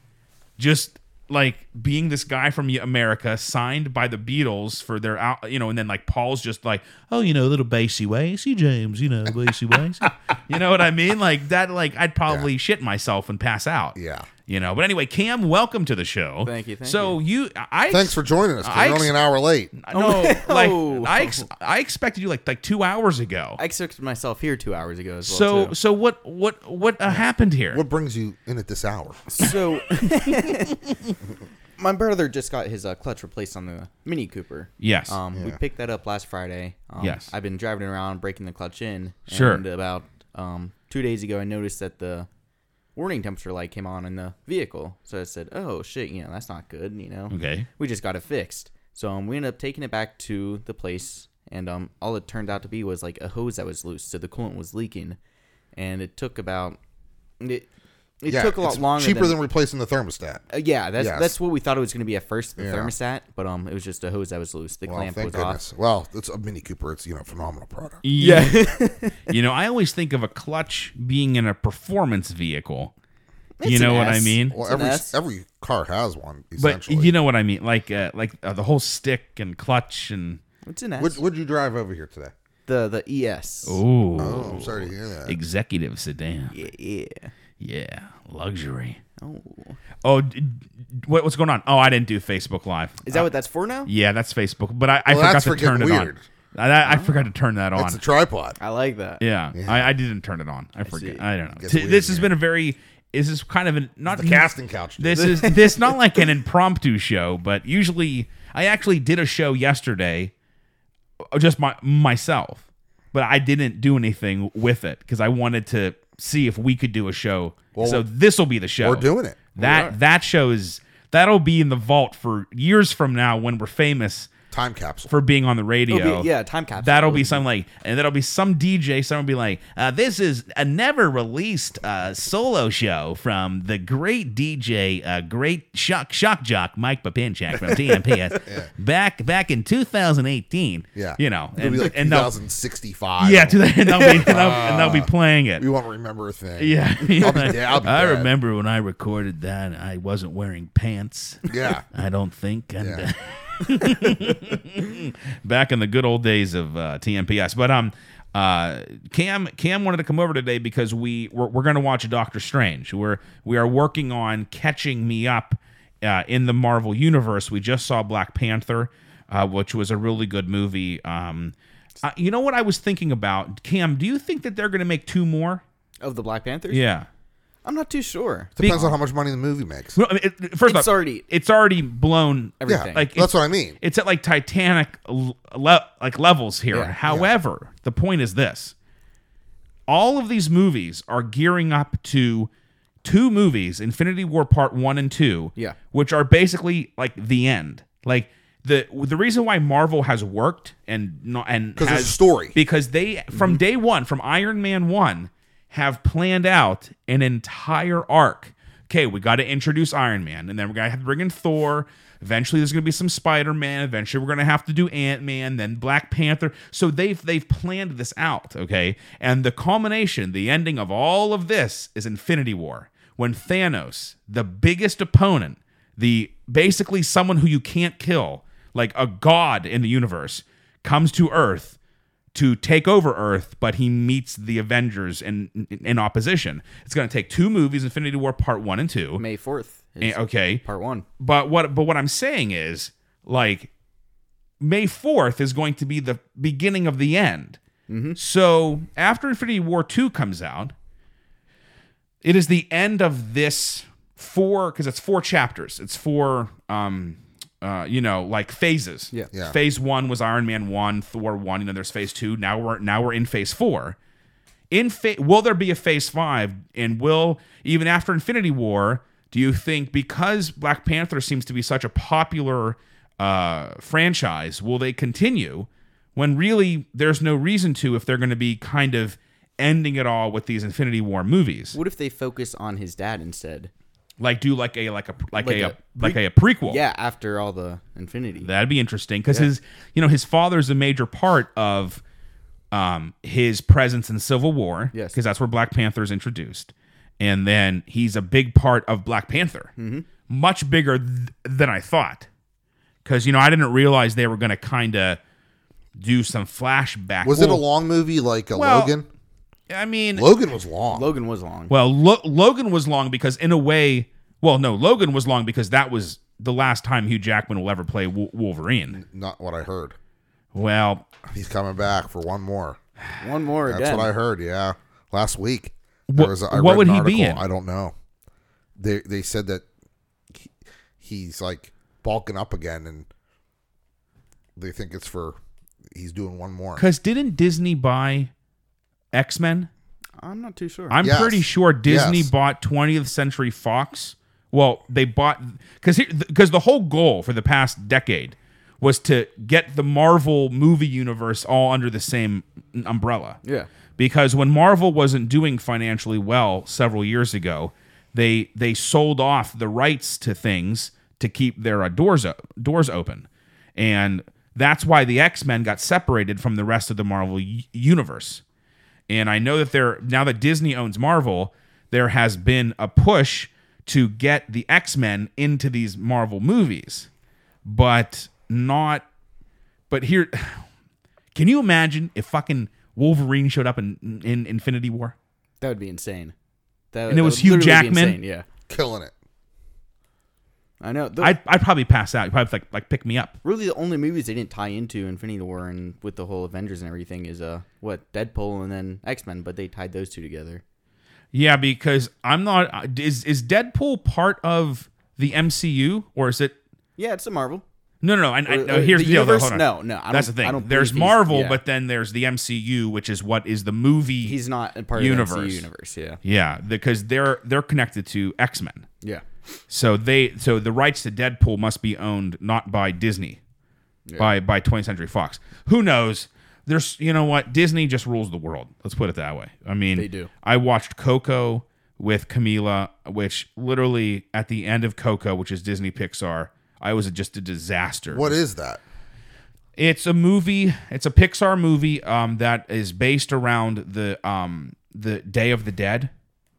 A: just like being this guy from America signed by the Beatles for their out, you know, and then like Paul's just like, oh, you know, little bassy ways, you James, you know, bassy ways, you know what I mean? Like that, like I'd probably shit myself and pass out.
B: Yeah.
A: you know. But anyway, Cam, welcome to the show.
C: Thank you, thank
A: so you, I
B: Thanks for joining us. 'cause
A: I
B: We're only
A: ex-
B: an hour late.
A: no,
C: Oh.
A: like I ex- I expected you like like two hours ago.
C: I exerted myself here two hours ago as well.
A: so
C: too.
A: so what what what uh, happened here?
B: What brings you in at this hour?
C: so my brother just got his uh, clutch replaced on the Mini Cooper.
A: Yes.
C: Um, we picked that up last Friday. Um,
A: Yes.
C: I've been driving around breaking the clutch in.
A: Sure.
C: And about um, two days ago, I noticed that the warning temperature light came on in the vehicle. So I said, "Oh shit, you know that's not good." You know.
A: Okay.
C: We just got it fixed. So um, we ended up taking it back to the place, and um, all it turned out to be was like a hose that was loose, so the coolant was leaking, and it took about it. It
B: yeah,
C: took a lot
B: it's
C: longer.
B: Cheaper than, replacing the thermostat.
C: Uh, yeah, that's
B: Yes.
C: that's what we thought it was going to be at first, the
B: Yeah.
C: thermostat, but um, it was just a hose that was loose. The
B: Well,
C: clamp was
B: thank goodness. Well, it's a Mini Cooper. It's you know phenomenal product.
A: Yeah. E. you know, I always think of a clutch being in a performance vehicle. you
C: It's
A: know
C: an
A: what I
C: S.
A: mean?
B: Well,
C: It's an
B: every
C: S.
B: every car has one
A: But
B: essentially.
A: you know what I mean, like uh, like uh, the whole stick and clutch and
C: off. It's an S.
B: What would you drive over here today?
C: the E the ES.
A: ooh, Oh.
B: Oh, I'm sorry to hear that.
A: executive sedan.
C: Yeah, yeah.
A: Yeah, Luxury.
C: Oh,
A: Oh, d- d- what, what's going on? Oh, I didn't do Facebook Live.
C: is that what that's for now?
A: Yeah, that's Facebook. But I, I
B: Well,
A: forgot
B: that's
A: to
B: freaking
A: turn it on.
B: weird.
A: I, I- I forgot to turn that on.
B: It's a tripod.
C: I like that.
A: yeah, I, I didn't turn it on. I
C: see.
A: forget. I, don't know.
B: Gets
A: T-
B: weird
A: this has been a very. This is kind of an not
B: The casting couch. dude.
A: This is this not like an impromptu show, but usually I actually did a show yesterday, uh, just my myself, but I didn't do anything with it because I wanted to see if we could do a show. so this will be the show.
B: We're doing it.
A: that. That show is that'll be in the vault for years from now when we're famous
B: Time capsule.
A: for being on the radio.
C: It'll be- yeah, time capsule.
A: That'll be some like, and that'll be some DJ. Someone will be like, uh, "This is a never released uh, solo show from the great DJ, uh, great shock shock jock Mike Papinchak from TMPS back back in 2018."
B: yeah.
A: you know,
B: It'll
A: and,
B: be like
A: and they'll,
B: 2065.
A: yeah, to the, and they'll be and they'll, and they'll be playing it.
B: we won't remember a thing.
A: Yeah,
B: dead- I'll be
A: I
B: dead.
A: remember when I recorded that, I wasn't wearing pants.
B: Yeah.
A: I don't think. And,
B: Yeah.
A: uh, back in the good old days of uh, TMPS, but um, uh, Cam Cam wanted to come over today because we we're, we're going to watch Doctor Strange. We're we are working on catching me up uh, in the Marvel universe. We just saw Black Panther, uh, which was a really good movie. Um, uh, you know what I was thinking about, Cam? Do you think that they're going to make two more?
C: of the Black Panthers.
A: Yeah.
C: I'm not too sure.
B: Depends on how much money the movie makes.
A: Well, I mean, it- it- first
C: It's
A: off,
C: already-
A: it's already blown.
B: Yeah,
C: Everything.
A: Like,
B: that's what I mean.
A: It's at like Titanic le- le- like levels here.
C: Yeah.
A: However, the point is this: all of these movies are gearing up to two movies, Infinity War Part One and Two.
C: Yeah.
A: which are basically like the end. Like the the reason why Marvel has worked and not and
B: Because there's a
A: has-
B: story.
A: because they from day one from iron man 1 have planned out an entire arc okay we got to introduce iron man and then we're gonna have to bring in thor eventually there's gonna be some spider-man eventually we're gonna have to do ant-man then black panther so they've they've planned this out okay and the culmination the ending of all of this is infinity war when thanos the biggest opponent the basically someone who you can't kill like a god in the universe comes to earth to take over Earth, but he meets the Avengers in in, in opposition. It's going to take two movies: Infinity War Part One and Two.
C: May fourth.
A: And- okay,
C: Part one.
A: but what but what I'm saying is like May 4th is going to be the beginning of the end. So after Infinity War 2 comes out, it is the end of this four because it's four chapters. It's four um uh, you know, like phases.
C: Yeah.
B: Yeah.
A: Phase one was Iron Man one, Thor one. You know, there's phase two. Now we're now we're in phase four in fa- will there be a phase five and will even after infinity war do you think because black panther seems to be such a popular uh, franchise will they continue when really there's no reason to if they're going to be kind of ending it all with these infinity war movies
C: What if they focus on his dad instead?
A: like do like a like a like,
C: Like
A: a,
C: a
A: like a, prequel
C: Yeah, after all the Infinity.
A: That'd be interesting because his, you know, his father's a major part of um, his presence in Civil War.
C: Yes.
A: because that's where Black Panther is introduced, and then he's a big part of Black Panther,
B: Mm-hmm.
A: much bigger th- than I thought. Because you know, I didn't realize they were going to kind of do some flashback.
B: Was it a
A: Well,
B: long movie like a
A: well-
B: Logan?
A: I mean,
B: Logan was long.
C: Logan was long.
A: well, Lo- Logan was long because in a way, well, no, Logan was long because that was the last time Hugh Jackman will ever play Wo- Wolverine.
B: Not what I heard. Mm.
A: Well,
B: He's coming back for one more.
C: One more
B: That's
C: again.
B: what I heard. Yeah, last week.
A: What- what would he be in?
B: I don't know. They they said that he- he's like bulking up again, and they think it's for he's doing one more.
A: Because didn't Disney buy X Men?
C: I'm not too sure.
A: I'm
B: Yes.
A: pretty sure Disney
B: Yes.
A: bought 20th Century Fox. Well, they bought because because the whole goal for the past decade was to get the Marvel movie universe all under the same umbrella.
C: yeah.
A: Because when Marvel wasn't doing financially well several years ago, they they sold off the rights to things to keep their uh, doors o- doors open, and that's why the X Men got separated from the rest of the Marvel u- universe. And I know that there now that Disney owns Marvel, there has been a push to get the X Men into these Marvel movies, but not. But here, can you imagine if fucking Wolverine showed up in in Infinity War?
C: That would be insane. That,
A: And it
C: that
A: was
C: would
A: Hugh
C: literally be
A: Jackman?
C: insane, Yeah,
B: killing it.
C: I know. The,
A: I'd, I'd probably pass out. You'd probably like like pick me up.
C: really, the only movies they didn't tie into Infinity War and with the whole Avengers and everything is uh what Deadpool and then X Men, but they tied those two together.
A: Yeah, because I'm not. uh, Is is Deadpool part of the MCU or is it?
C: Yeah, it's a Marvel.
A: No, no, no. I, I,
C: Or-
A: no,
C: or
A: here's the, deal. though.
C: Uh, the universe-
A: Hold on.
C: no, no, I
A: that's the
C: don't-
A: thing.
C: I don't
A: there's
C: believe he's-
A: Marvel,
C: yeah.
A: but then there's the MCU, which is what is the movie.
C: He's not a part
A: Universe.
C: of the MCU universe. Yeah,
A: yeah, because they're they're connected to X Men.
C: yeah,
A: So they so the rights to Deadpool must be owned not by Disney, by by 20th Century Fox. Who knows? There's you know what Disney just rules the world. Let's put it that way. I mean,
C: They do.
A: I watched Coco with Camila, which literally at the end of Coco, which is Disney Pixar, I was just a disaster.
B: What is that?
A: It's a movie. It's a Pixar movie um, that is based around the um, the Day of the Dead,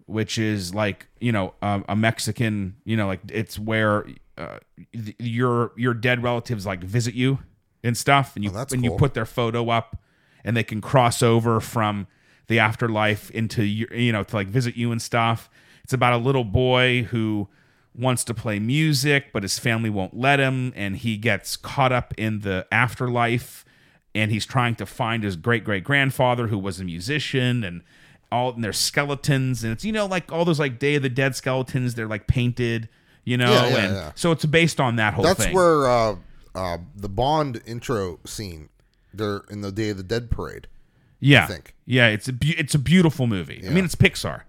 A: which is like you know um, a Mexican. You know, like it's where uh, th- your your dead relatives like visit you and stuff, and you
B: Oh, that's
A: and you
B: cool.
A: put their photo up, and they can cross over from the afterlife into your, you know to like visit you and stuff. It's about a little boy who wants to play music, but his family won't let him, and he gets caught up in the afterlife, and he's trying to find his great great grandfather who was a musician, and all and there's skeletons, and it's you know like all those like Day of the Dead skeletons, they're like painted, you know,
B: Yeah, yeah,
A: and
B: yeah.
A: so it's based on that whole
B: That's
A: thing.
B: where uh, uh, the Bond intro scene. They're in the Day of the Dead parade.
A: Yeah,
B: think.
A: yeah, it's a beau- it's a beautiful movie. I mean, it's Pixar,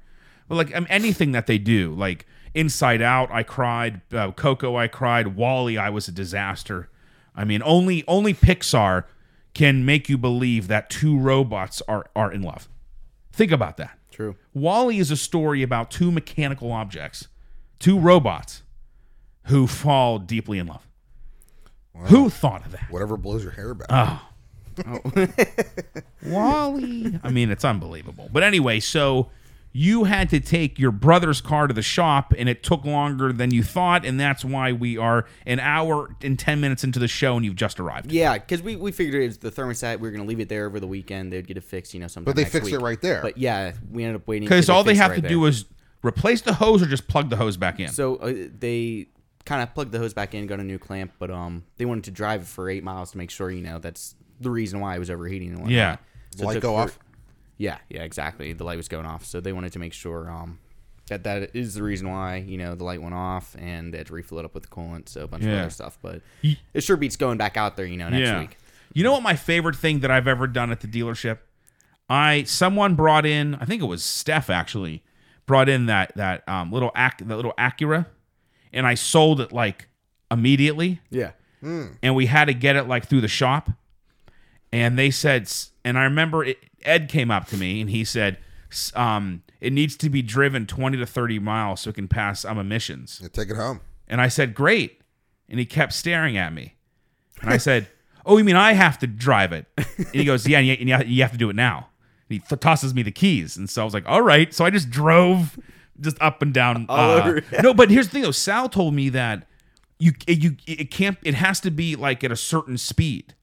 A: but like um, anything that they do, like Inside Out, I cried. Uh, Coco, I cried. Wally, I was a disaster. I mean, only only Pixar can make you believe that two robots are are in love. Think about that.
C: true.
A: Wally is a story about two mechanical objects, two robots, who fall deeply in love. Who thought of that?
B: Whatever blows your hair back.
A: Ah, Wally. I mean, it's unbelievable. But anyway, so you had to take your brother's car to the shop, and it took longer than you thought, and that's why we are an hour and ten minutes into the show, and you've just arrived.
C: Yeah, because we, we figured it's the thermostat. We were gonna leave it there over the weekend. They'd get it fixed, you know, sometime.
B: but they
C: next
B: fixed it
C: week.
B: right there.
C: But yeah, we ended up waiting
A: Because all they have to
C: is.
A: do is replace the hose or just plug the hose back in.
C: So uh, they kind of plugged the hose back in, got a new clamp, but um, they wanted to drive it for eight miles to make sure you know that's the reason why it was overheating. And whatnot.
A: Yeah.
C: it
B: Light
C: took
B: go
C: for-
B: off?
C: Yeah, yeah, exactly. The light was going off, so they wanted to make sure um that that is the reason why you know the light went off and they had to refill it up with coolant, so a bunch of
A: Yeah.
C: other stuff. But
A: Ye-
C: it sure beats going back out there, you know, next week.
A: You know what my favorite thing that I've ever done at the dealership? I someone brought in, I think it was Steph actually, brought in that that um, little Ac- that little Acura, and I sold it like immediately.
C: Yeah.
A: and we had to get it like through the shop. And they said, s- and I remember it, Ed came up to me and he said, s- um, it needs to be driven 20 to 30 miles so it can pass um, emissions.
B: Yeah, take it home.
A: And I said, great. And he kept staring at me. And I said, oh, you mean I have to drive it? And he goes, yeah, and you, and you have- you have to do it now. And he th- tosses me the keys. And so I was like, all right. So I just drove just up and down.
C: All
A: uh,
C: over, yeah.
A: No, but here's the thing though. Sal told me that you, it- you, it can't, it has to be like at a certain speed.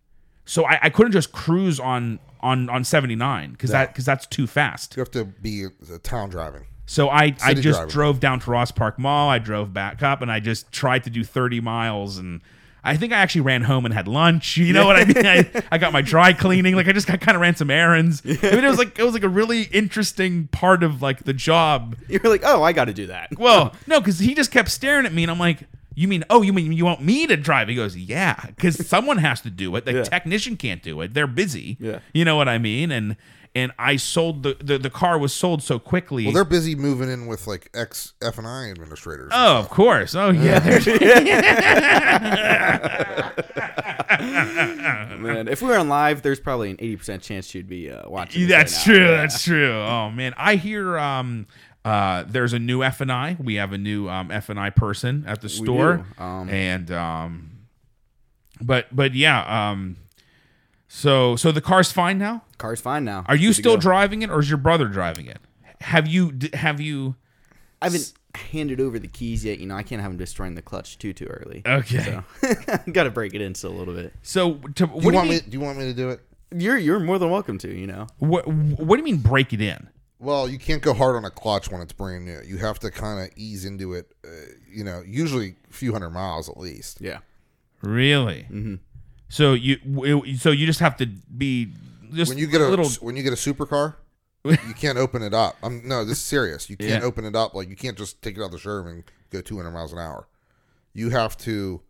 A: So I, I couldn't just cruise on, on, on 79 because that, because that's too fast.
B: You have to be uh, town driving.
A: So I, I
B: City
A: just
B: driver.
A: drove down to Ross Park Mall. I drove back up and I just tried to do 30 miles. And I think I actually ran home and had lunch. You know what I mean? I, I got my dry cleaning. Like I just got, kind of ran some errands. I mean, it was like it was like a really interesting part of like the job.
C: You were like, oh, I got to do that.
A: Well, no, because he just kept staring at me and I'm like, you mean, oh, you mean you want me to drive? He goes, yeah, because someone has to do it. The
C: Yeah.
A: technician can't do it. They're busy.
C: Yeah.
A: You know what I mean? And and I sold the, the, the car was sold so quickly.
B: Well, they're busy moving in with like ex F and I administrators.
A: Oh, of course. Oh, yeah. there's-
C: Man, if we were on live, there's probably an 80% chance you'd be uh, watching. this right
A: that's
C: now.
A: true. That's true. Oh man, I hear um, uh, there's a new F and I. We have a new um, F and I person at the store,
C: do, um,
A: and um, but but yeah, um, so so the car's fine now.
C: Car's fine now.
A: Are you
C: Good to
A: still
C: go.
A: driving it, or is your brother driving it? Have you d- have you?
C: I haven't handed over the keys yet. You know, I can't have him destroying the clutch too too early.
A: Okay. So,
C: So, got to break it in still a little bit.
A: to, what
B: do
A: do
B: you
A: you
B: want
A: mean?
B: me? Do you want me to do it?
C: You're you're more than welcome to. You know,
A: What, what do you mean break it in?
B: Well, you can't go hard on a clutch when it's brand new. You have to kind of ease into it. Uh, you know, usually a few hundred miles at least.
C: Yeah.
A: Really? Mm-hmm. So you w- so you just have to be just
B: When you get a
A: little.
B: when you get a supercar, you can't open it up. I'm no, this is serious. You can't
A: Yeah.
B: open it up. Like you can't just take it out of the showroom and go 200 miles an hour. You have to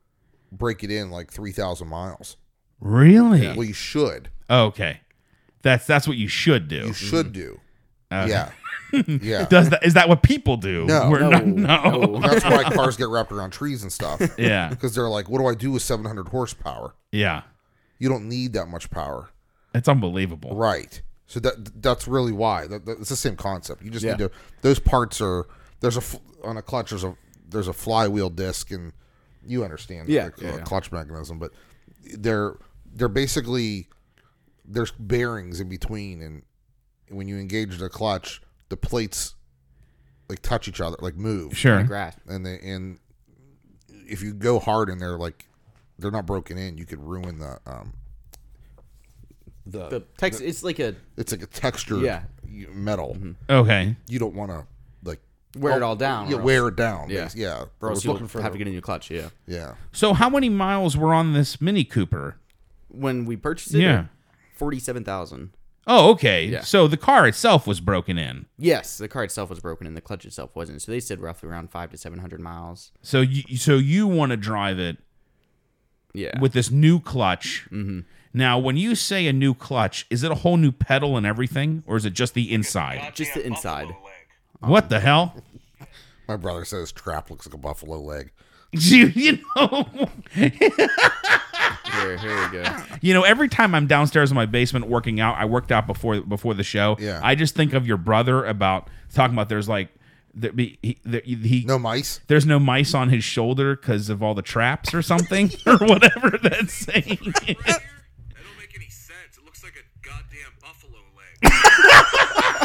B: break it in like 3,000 miles.
A: Really?
B: Well, you should.
A: Okay. That's that's what you should do. Uh,
B: You should do.
A: Okay.
B: Yeah. Yeah.
A: Does that is that what people do?
B: No.
A: We're not- no.
C: Oh,
B: That's why cars get wrapped around trees and stuff.
A: yeah.
B: Because they're like, what do I do with 700 horsepower?
A: Yeah.
B: You don't need that much power.
A: It's unbelievable.
B: Right. So that that's really why that, that- it's the same concept. You just
C: Yeah.
B: need to. Those parts are there's a fl- on a clutch. There's a there's a flywheel disc, and you understand
C: Yeah,
B: the
C: yeah,
B: cl-
C: yeah.
B: clutch mechanism, but they're they're basically there's bearings in between, and when you engage the clutch, the plates like touch each other, like move,
A: Sure.
C: Grass.
B: and they and if you go hard and they're like they're not broken in, you could ruin the um
C: The text. It's like a
B: it's like a textured
C: Yeah. Mm-hmm.
B: y- metal.
A: Okay.
B: You don't want to like oh,
C: Wear it all down,
B: Yeah,
C: or
B: wear it down.
C: Yeah.
B: Yeah, yeah. I
C: or else
B: was
C: you'll
B: looking
C: have
B: for
C: to
B: the-
C: get a new clutch. Yeah.
B: yeah.
A: So how many miles were on this Mini Cooper?
C: When we purchased it,
A: Yeah.
C: forty-seven thousand.
A: Oh, okay.
C: Yeah.
A: So the car itself was broken in.
C: Yes, the car itself was broken and the clutch itself wasn't. So they said roughly around five to seven hundred miles.
A: So you so you want to drive it
C: Yeah.
A: with this new clutch. Mm-hmm. Now, when you say a new clutch, is it a whole new pedal and everything, or is it just the inside?
C: just the inside.
A: What the hell?
B: My brother says trap looks like a buffalo leg.
A: You, you know,
C: Here, here we go.
A: you know. Every time I'm downstairs in my basement working out, I worked out before before the show.
B: Yeah.
A: I just think of your brother about talking about there's like there be he, there, he
B: No mice.
A: there's no mice on his shoulder because of all the traps or something or whatever that's saying.
D: That don't make any sense. It looks like a goddamn buffalo leg.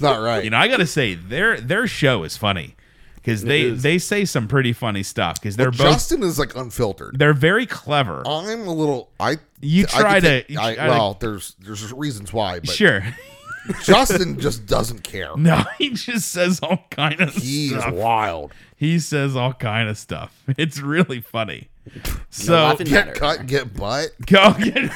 B: not right.
A: You know, I gotta say their their show is funny because they
C: is.
A: they say some pretty funny stuff because they're both
B: Justin Oh, is like unfiltered.
A: they're very clever.
B: I'm a little. I
A: You
B: I
A: try
B: could
A: to-
B: take-
A: you
B: I,
A: try to-
B: well, there's there's reasons why, but
A: Sure,
B: Justin just doesn't care.
A: no, he just says all kind of
B: He's
A: stuff.
B: wild.
A: He says all kind of stuff. It's really funny. So
C: laughing
B: Get
C: matter.
B: cut, get butt.
A: go get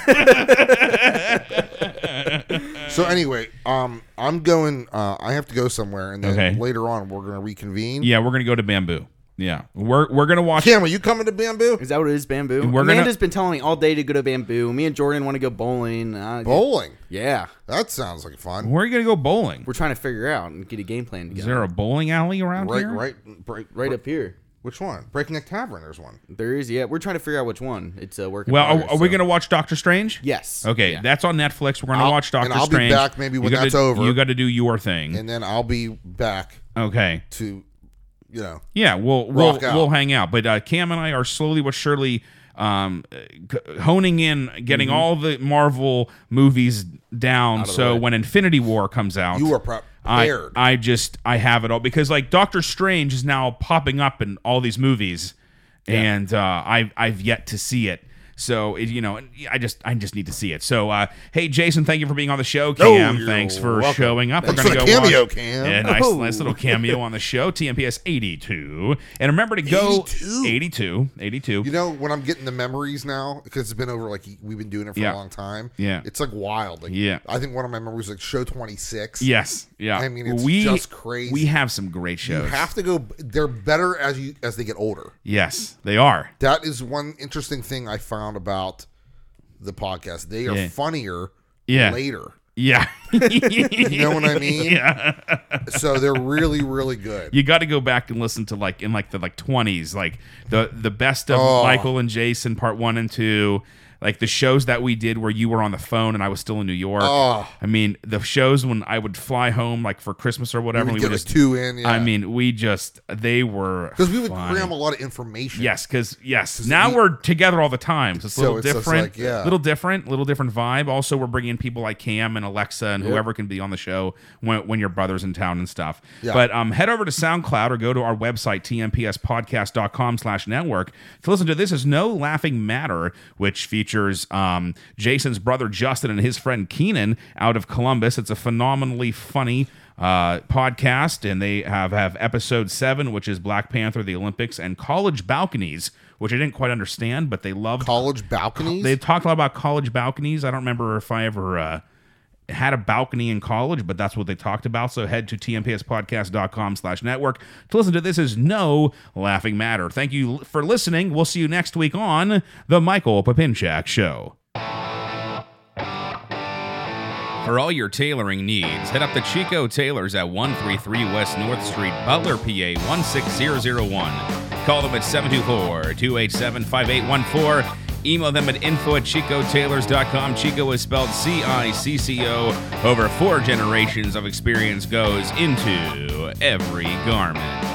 B: So anyway, um, I'm going. Uh, I have to go somewhere, and then
A: Okay.
B: later on we're gonna reconvene.
A: yeah. We're gonna go to bamboo. Yeah, we're we're gonna watch.
B: Cam, are you coming to Bamboo?
C: Is that what it is, bamboo?
A: We're gonna-
C: Amanda's been telling me all day to go to bamboo. Me and Jordan want to go bowling. Uh,
B: Bowling.
C: yeah,
B: That sounds like fun.
A: Where are you gonna go bowling?
C: we're trying to figure out and get a game plan
A: Is
C: together.
A: there a bowling alley around
B: Right,
A: here?
B: right, right,
C: Right up here,
B: Which one? Breakneck Tavern. There's one.
C: there is. Yeah, we're trying to figure out which one. It's a work. in
A: Well, are,
C: progress,
A: are we
C: so-
A: gonna watch Doctor Strange?
C: Yes.
A: Okay,
C: Yeah.
A: that's on Netflix. We're gonna
B: I'll-
A: watch Doctor
B: and I'll be
A: Strange.
B: back maybe
A: you
B: when
A: gotta,
B: that's over.
A: You got to do your thing.
B: And then I'll be back
A: okay.
B: to, you know,
A: Yeah, we'll
B: Rock
A: we'll,
B: out.
A: we'll hang out. But uh, Cam and I are slowly but surely um, uh, g- honing in, getting
B: Mm-hmm.
A: all the Marvel movies down. So when Infinity War comes out,
B: you are pre-
A: I,
B: prepared.
A: I just I have it all because like Doctor Strange is now popping up in all these movies, and uh, I I've yet to see it. So it, you know, and I just I just need to see it. So uh, hey, Jason, thank you for being on the show. Cam,
B: Oh, you're
A: thanks for
B: welcome.
A: showing up.
B: Thanks for the cameo, Cam. Oh.
A: Yeah, nice nice little cameo on the show. TMPS eighty two, and remember to go
B: 82.
A: 82, 82.
B: you know, when I'm getting the memories now, because it's been over like we've been doing it for
A: Yeah.
B: a long time.
A: Yeah.
B: It's like wild. Like,
A: Yeah.
B: I think one of my memories was like show 26.
A: Yes, yeah.
B: I mean, it's just crazy.
A: We have some great shows.
B: You have to go. They're better as you as they get older.
A: yes, they are.
B: That is one interesting thing I found about the podcast. They are
A: Yeah.
B: funnier
A: Yeah.
B: later.
A: Yeah.
B: You know what I mean?
A: yeah.
B: So they're really, really good.
A: you got to go back and listen to like in like the like 20s like the the best of
B: Oh.
A: michael and jason part one and two like the shows that we did where you were on the phone and i was still in new york
B: Oh.
A: i mean the shows when i would fly home like for christmas or whatever
B: we
A: we
B: get
A: would
B: like
A: just
B: two in. Yeah.
A: i mean we just they were
B: because we would
A: fun.
B: cram a lot of information.
A: Yes, because yes, now we, are together all the time. So it's a
B: So
A: little
B: it's just
A: different,
B: like, yeah.
A: little different, little different vibe. Also, we're bringing in people like Cam and Alexa and whoever can be on the show when, when your brother's in town and stuff.
B: Yeah.
A: But um, head over to SoundCloud or go to our website tmpspodcast.com slash network to listen to this is no laughing matter, which features pictures um, Jason's brother Justin and his friend Keenan out of Columbus. It's a phenomenally funny uh, podcast, and they have, have episode seven, which is Black Panther, the Olympics, and college balconies, which I didn't quite understand, but they loved.
B: College balconies.
A: They talked a lot about college balconies. I don't remember if I ever uh, had a balcony in college, but that's what they talked about. So head to tmpspodcast.com slash network to listen to This Is No Laughing Matter. Thank you l- for listening. We'll see you next week on The Michael Papinchak Show. For all your tailoring needs, head up to Chico Tailors at 133 West North Street, Butler, PA 16001. Call them at 724 287 5814. Email them at info at chicotailors.com. Chico is spelled C I C C O. Over four generations of experience goes into every garment.